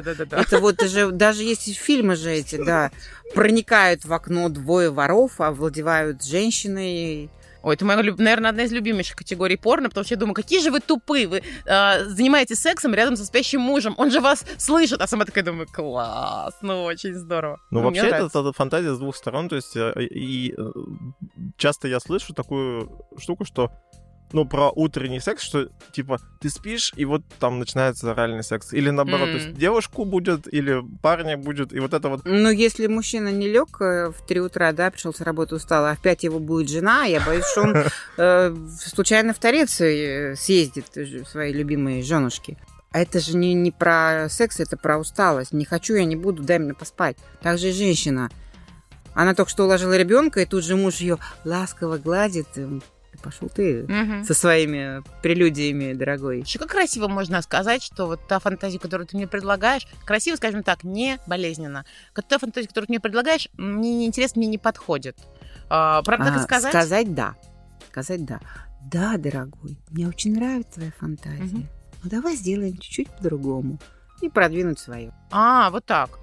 Speaker 3: да, да,
Speaker 2: а,
Speaker 3: да.
Speaker 2: Это вот же, даже есть и фильмы же эти, да. Проникают в окно двое воров, овладевают женщиной.
Speaker 3: Ой, это моя, наверное, одна из любимейших категорий порно, потому что я думаю, какие же вы тупые, вы э, занимаетесь сексом рядом со спящим мужем, он же вас слышит, а сама такая думаю, класс, ну очень здорово.
Speaker 1: Ну,
Speaker 3: мне
Speaker 1: вообще, это,
Speaker 3: нравится.
Speaker 1: это фантазия с двух сторон. То есть, э, и э, часто я слышу такую штуку, что ну, про утренний секс, что типа ты спишь, и вот там начинается оральный секс. Или наоборот, то
Speaker 3: М.
Speaker 1: есть девушку будет, или парня будет, и вот это вот.
Speaker 2: Но Ну, если мужчина не лег э, в 3 утра, да, пришел с работы устал, а в 5 его будет жена, я боюсь, что он э, в- случайно в торец э, съездит ж- своей любимой женушке. А это же не, не про секс, это про усталость. Не хочу, я не буду, дай мне поспать. Так же и женщина. Она только что уложила ребенка, и тут же муж ее ласково гладит. Пошел ты
Speaker 3: Мгм.
Speaker 2: со своими прелюдиями, дорогой.
Speaker 3: Еще как красиво можно сказать, что вот та фантазия, которую ты мне предлагаешь, красиво, скажем так, не болезненно. Как Та фантазия, которую ты мне предлагаешь, мне не интересно, мне не подходит. А, правда, так и
Speaker 2: А,
Speaker 3: сказать?
Speaker 2: да. Сказать да. Да, дорогой, мне очень нравится твоя фантазия.
Speaker 3: Мгм.
Speaker 2: Но давай сделаем чуть-чуть по-другому. И продвинуть свое.
Speaker 3: А, вот так.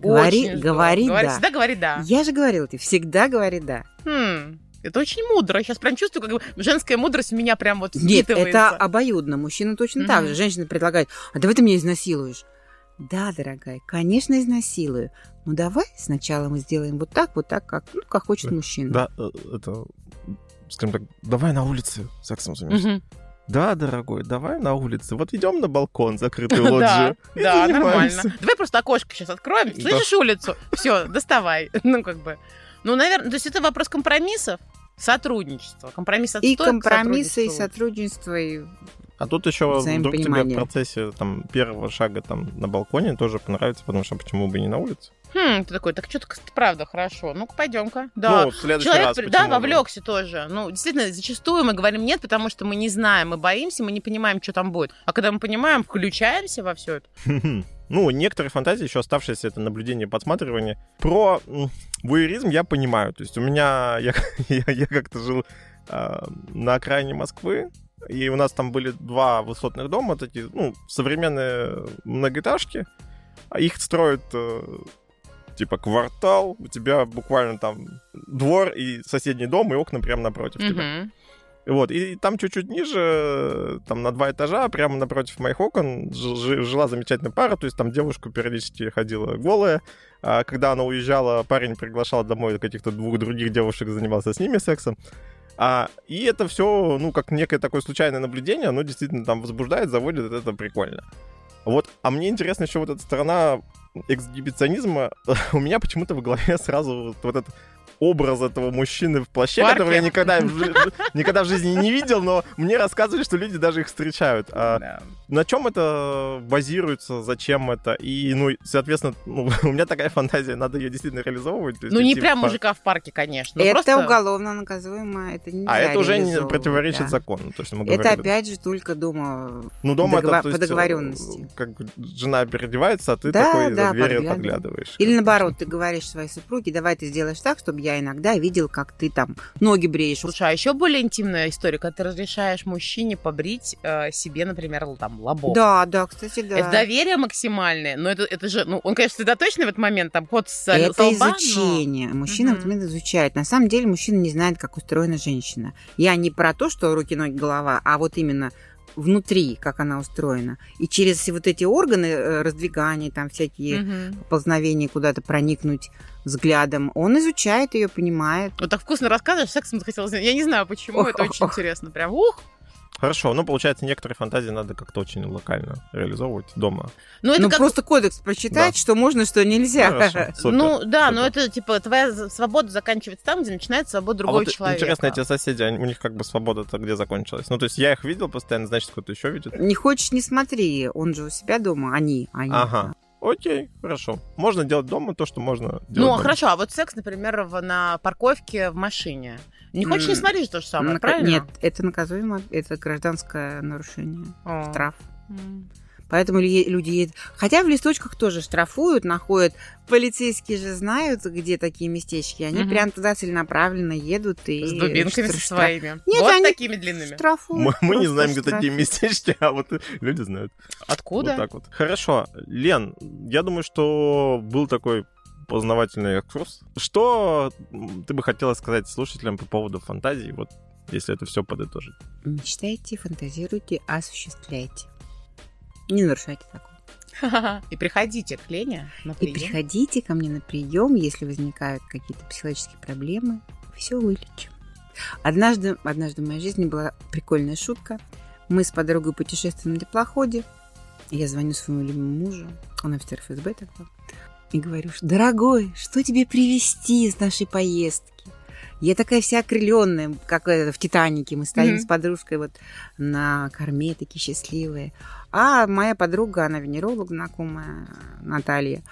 Speaker 2: Говори-
Speaker 3: Очень здорово.
Speaker 2: говори да.
Speaker 3: Всегда говори да.
Speaker 2: Я же говорила, ты всегда говори да.
Speaker 3: Хм, это очень мудро. Я сейчас прям чувствую, как бы женская мудрость у меня прям вот
Speaker 2: Нет,
Speaker 3: впитывается.
Speaker 2: это обоюдно. Мужчина точно так
Speaker 3: Мгм.
Speaker 2: же. Женщина предлагает, а давай ты меня изнасилуешь. Да, дорогая, конечно, изнасилую. Но давай сначала мы сделаем вот так, вот так, как, ну, как хочет мужчина.
Speaker 1: Да, э, это, скажем так, давай на улице сексом займемся.
Speaker 3: Мгм.
Speaker 1: Да, дорогой, давай на улице. Вот идем на балкон, закрытый
Speaker 3: Да,
Speaker 1: лоджию. и
Speaker 3: да,
Speaker 1: занимаемся.
Speaker 3: нормально. Давай просто окошко сейчас откроем.
Speaker 1: Да.
Speaker 3: Слышишь улицу? Все, доставай. Ну, как бы. Ну, наверное, то есть это вопрос компромиссов, сотрудничества. Компромисс отстой
Speaker 2: И
Speaker 3: к
Speaker 2: компромиссы, и
Speaker 3: сотрудничеству.
Speaker 2: сотрудничество, и
Speaker 1: А тут еще вдруг тебе в
Speaker 2: Взаимопонимание.
Speaker 1: процессе там, первого шага там, на балконе тоже понравится, потому что «А почему бы и не на улице?
Speaker 3: Хм, ты такой, так что-то правда хорошо. Ну-ка, пойдем-ка.
Speaker 1: Ну,
Speaker 3: Да.
Speaker 1: вот в следующий
Speaker 3: Человек,
Speaker 1: раз.
Speaker 3: при-
Speaker 1: почему
Speaker 3: да,
Speaker 1: бы?
Speaker 3: вовлекся тоже. Ну, действительно, зачастую мы говорим нет, потому что мы не знаем, мы боимся, мы не понимаем, что там будет. А когда мы понимаем, включаемся во все это.
Speaker 1: Ну, некоторые фантазии, еще оставшиеся, это наблюдение и подсматривание. Про м, вуйеризм я понимаю. То есть у меня... Я, я- я как-то жил а, на окраине Москвы, и у нас там были два высотных дома, такие, ну, современные многоэтажки. А Их строят э, типа квартал,
Speaker 3: типа,
Speaker 1: у тебя буквально там двор и соседний дом, и окна прямо напротив тебя.
Speaker 3: Мгм.
Speaker 1: Вот, и там чуть-чуть ниже, там на два этажа, прямо напротив моих окон, ж- ж- жила замечательная пара, то есть там девушка периодически ходила голая, а когда она уезжала, парень приглашал домой каких-то двух других девушек, занимался с ними сексом. А, и это все, ну, как некое такое случайное наблюдение, оно действительно там возбуждает, заводит, это прикольно. Вот, а мне интересно еще вот эта сторона эксгибиционизма. У меня почему-то в голове сразу вот, вот этот образ этого мужчины в плаще,
Speaker 3: Парке.
Speaker 1: которого я никогда, в жи- никогда в жизни не видел, но мне рассказывали, что люди даже их встречают. А
Speaker 3: Да.
Speaker 1: на чем это базируется, зачем это? И, ну, соответственно, ну, у меня такая фантазия, надо ее действительно реализовывать. то есть
Speaker 3: Ну, не
Speaker 1: идти в
Speaker 3: прям
Speaker 1: пар-
Speaker 3: мужика в парке, конечно. но
Speaker 2: Это
Speaker 3: Ну, просто-
Speaker 2: уголовно наказуемо, это нельзя
Speaker 1: А это уже не
Speaker 2: реализовывать,
Speaker 1: противоречит
Speaker 2: да.
Speaker 1: закону. То есть
Speaker 3: Ну,
Speaker 1: мы
Speaker 2: Это
Speaker 1: говорили.
Speaker 2: опять же только дома. э,
Speaker 1: Ну, дома это,
Speaker 2: догва-
Speaker 1: то
Speaker 2: по
Speaker 1: есть,
Speaker 2: договоренности.
Speaker 1: э, Как жена переодевается, а ты
Speaker 2: Да,
Speaker 1: такой за
Speaker 2: да,
Speaker 1: дверью
Speaker 2: подглядываешь.
Speaker 1: подглядываешь.
Speaker 2: Или наоборот, ты говоришь своей супруге, давай ты сделаешь так, чтобы я иногда видел, как ты там ноги бреешь.
Speaker 3: Слушай, а еще более интимная история, когда ты разрешаешь мужчине побрить э, себе, например, л- там, лобок.
Speaker 2: Да, да, кстати, да.
Speaker 3: Это доверие максимальное, но это, это же, ну, он, конечно, сосредоточен в этот момент, там, ход с э,
Speaker 2: Это
Speaker 3: со лба, но-
Speaker 2: изучение. Мужчина в этот
Speaker 3: Мгм.
Speaker 2: момент изучает. На самом деле мужчина не знает, как устроена женщина. Я не про то, что руки, ноги, голова, а вот именно внутри, как она устроена. И через вот эти органы э, раздвигания, там всякие
Speaker 3: Мгм.
Speaker 2: поползновения куда-то проникнуть взглядом, он изучает ее, понимает.
Speaker 3: Вот так вкусно рассказываешь, сексом захотелось. Я не знаю, почему,
Speaker 2: Ох,
Speaker 3: это
Speaker 2: ох,
Speaker 3: очень
Speaker 2: ох.
Speaker 3: интересно. Прям, ух!
Speaker 1: Хорошо, ну, получается, некоторые фантазии надо как-то очень локально реализовывать дома.
Speaker 3: Ну, это
Speaker 2: ну,
Speaker 3: как...
Speaker 2: просто кодекс прочитать, что можно, что нельзя.
Speaker 1: Хорошо, супер.
Speaker 3: ну, да, но
Speaker 1: супер.
Speaker 3: это, типа, твоя з- свобода заканчивается там, где начинается свобода
Speaker 1: а
Speaker 3: другого
Speaker 1: вот
Speaker 3: человека.
Speaker 1: интересно, эти соседи, они- у них как бы свобода-то где закончилась? Ну, то есть я их видел постоянно, значит, кто-то еще видит.
Speaker 2: Не хочешь, не смотри. Он же у себя дома, они, они.
Speaker 1: Ага. Окей, хорошо. Можно делать дома то, что можно делать
Speaker 3: Ну,
Speaker 1: дома.
Speaker 3: а хорошо, а вот секс, например, в- на парковке в машине. Не хочешь, не
Speaker 2: М,
Speaker 3: смотришь то же самое,
Speaker 2: Нака-
Speaker 3: правильно?
Speaker 2: Нет, это наказуемо, это гражданское нарушение.
Speaker 3: О.
Speaker 2: Штраф.
Speaker 3: М.
Speaker 2: Поэтому лю- люди едут. Хотя в листочках тоже штрафуют, находят. Полицейские же знают, где такие местечки. Они
Speaker 3: Мгм.
Speaker 2: прям туда целенаправленно едут и...
Speaker 3: С дубинками
Speaker 2: штра-
Speaker 3: со своими.
Speaker 2: Нет,
Speaker 3: вот
Speaker 2: они-
Speaker 3: такими длинными.
Speaker 2: Штрафуют.
Speaker 1: Мы, мы не
Speaker 2: просто
Speaker 1: знаем, где
Speaker 2: штраф.
Speaker 1: такие местечки, а вот люди знают.
Speaker 3: Откуда?
Speaker 1: Вот так вот. Хорошо. Лен, я думаю, что был такой познавательный экскурс. Что м, ты бы хотела сказать слушателям по поводу фантазии, вот если это все подытожить?
Speaker 2: Мечтайте, фантазируйте, осуществляйте. Не нарушайте закон.
Speaker 3: И приходите к Лене на
Speaker 2: И
Speaker 3: прием.
Speaker 2: приходите ко мне на прием, если возникают какие-то психологические проблемы. Все вылечим. Однажды, однажды в моей жизни была прикольная шутка. Мы с подругой путешествуем на теплоходе. Я звоню своему любимому мужу, он офицер ФСБ тогда, и говорю, что, дорогой, что тебе привезти из нашей поездки? Я такая вся окрыленная, как э, в «Титанике». Мы стоим
Speaker 3: Мгм.
Speaker 2: с подружкой вот на корме, такие счастливые. А моя подруга, она венеролог знакомая, Наталья.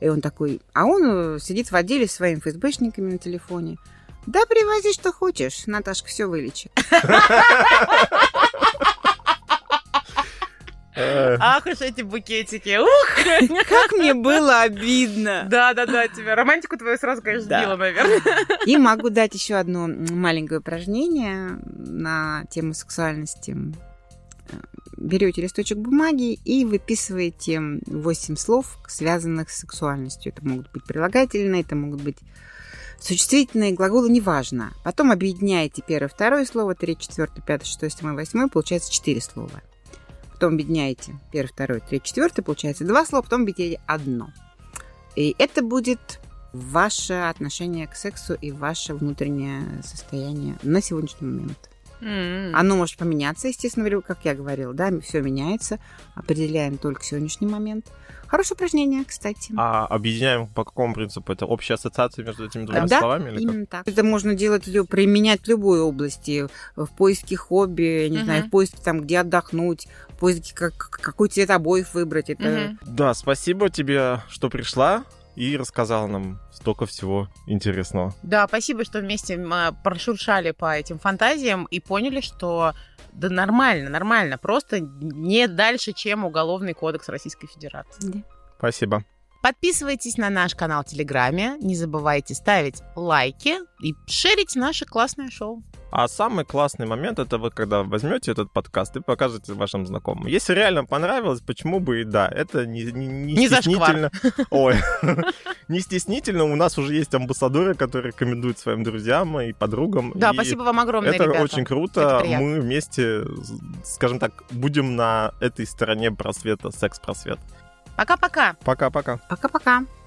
Speaker 2: И он такой... А он э, сидит в отделе со своими ФСБшниками на телефоне. Да привози, что хочешь. Наташка все вылечит.
Speaker 3: Ах уж эти букетики. Ух!
Speaker 2: Как мне было обидно.
Speaker 3: Да-да-да, тебя романтику твою сразу, конечно,
Speaker 2: Да.
Speaker 3: сбила, наверное.
Speaker 2: И могу дать еще одно м, маленькое упражнение на тему сексуальности. Э, Берете листочек бумаги и выписываете 8 слов, связанных с сексуальностью. Это могут быть прилагательные, это могут быть существительные, глаголы, неважно. Потом объединяете первое, второе слово, третье, четвертое, пятое, шестое, седьмое, восьмое, получается 4 слова. Потом объединяете первое, второе, третье, четвертое, получается два слова, потом объединяете одно. И это будет ваше отношение к сексу и ваше внутреннее состояние на сегодняшний момент.
Speaker 3: М.
Speaker 2: Оно может поменяться, естественно, говорю, как я говорила, да, все меняется. Определяем только сегодняшний момент. Хорошее упражнение, кстати.
Speaker 1: А объединяем по какому принципу? Это общая ассоциация между этими двумя
Speaker 2: Да,
Speaker 1: словами? Или как?
Speaker 2: Именно так. Это можно делать, лю- применять в любой области. В поиске хобби, я не
Speaker 3: Мгм.
Speaker 2: знаю, в поиске там, где отдохнуть, в поиске, как, какой цвет обоев выбрать. Это
Speaker 3: Мгм.
Speaker 1: Да, спасибо тебе, что пришла и рассказала нам столько всего интересного.
Speaker 3: Да, спасибо, что вместе м, э, прошуршали по этим фантазиям и поняли, что да нормально, нормально, просто не дальше, чем Уголовный кодекс Российской Федерации.
Speaker 2: Да.
Speaker 1: Спасибо.
Speaker 3: Подписывайтесь на наш канал в Телеграме, не забывайте ставить лайки и шерить наше классное шоу.
Speaker 1: А самый классный момент это вы, когда возьмете этот подкаст и покажете вашим знакомым. Если реально понравилось, почему бы и да. Это не, не, не,
Speaker 3: Не
Speaker 1: стеснительно. Ой. Не стеснительно. У нас уже есть амбассадоры, которые рекомендуют своим друзьям и подругам.
Speaker 3: Да,
Speaker 1: И
Speaker 3: спасибо вам огромное,
Speaker 1: Это
Speaker 3: ребята.
Speaker 1: очень
Speaker 3: Это
Speaker 1: круто.
Speaker 3: приятно.
Speaker 1: Мы вместе, скажем так, будем на этой стороне просвета, секс-просвет.
Speaker 3: Пока-пока.
Speaker 1: Пока-пока.
Speaker 2: Пока-пока.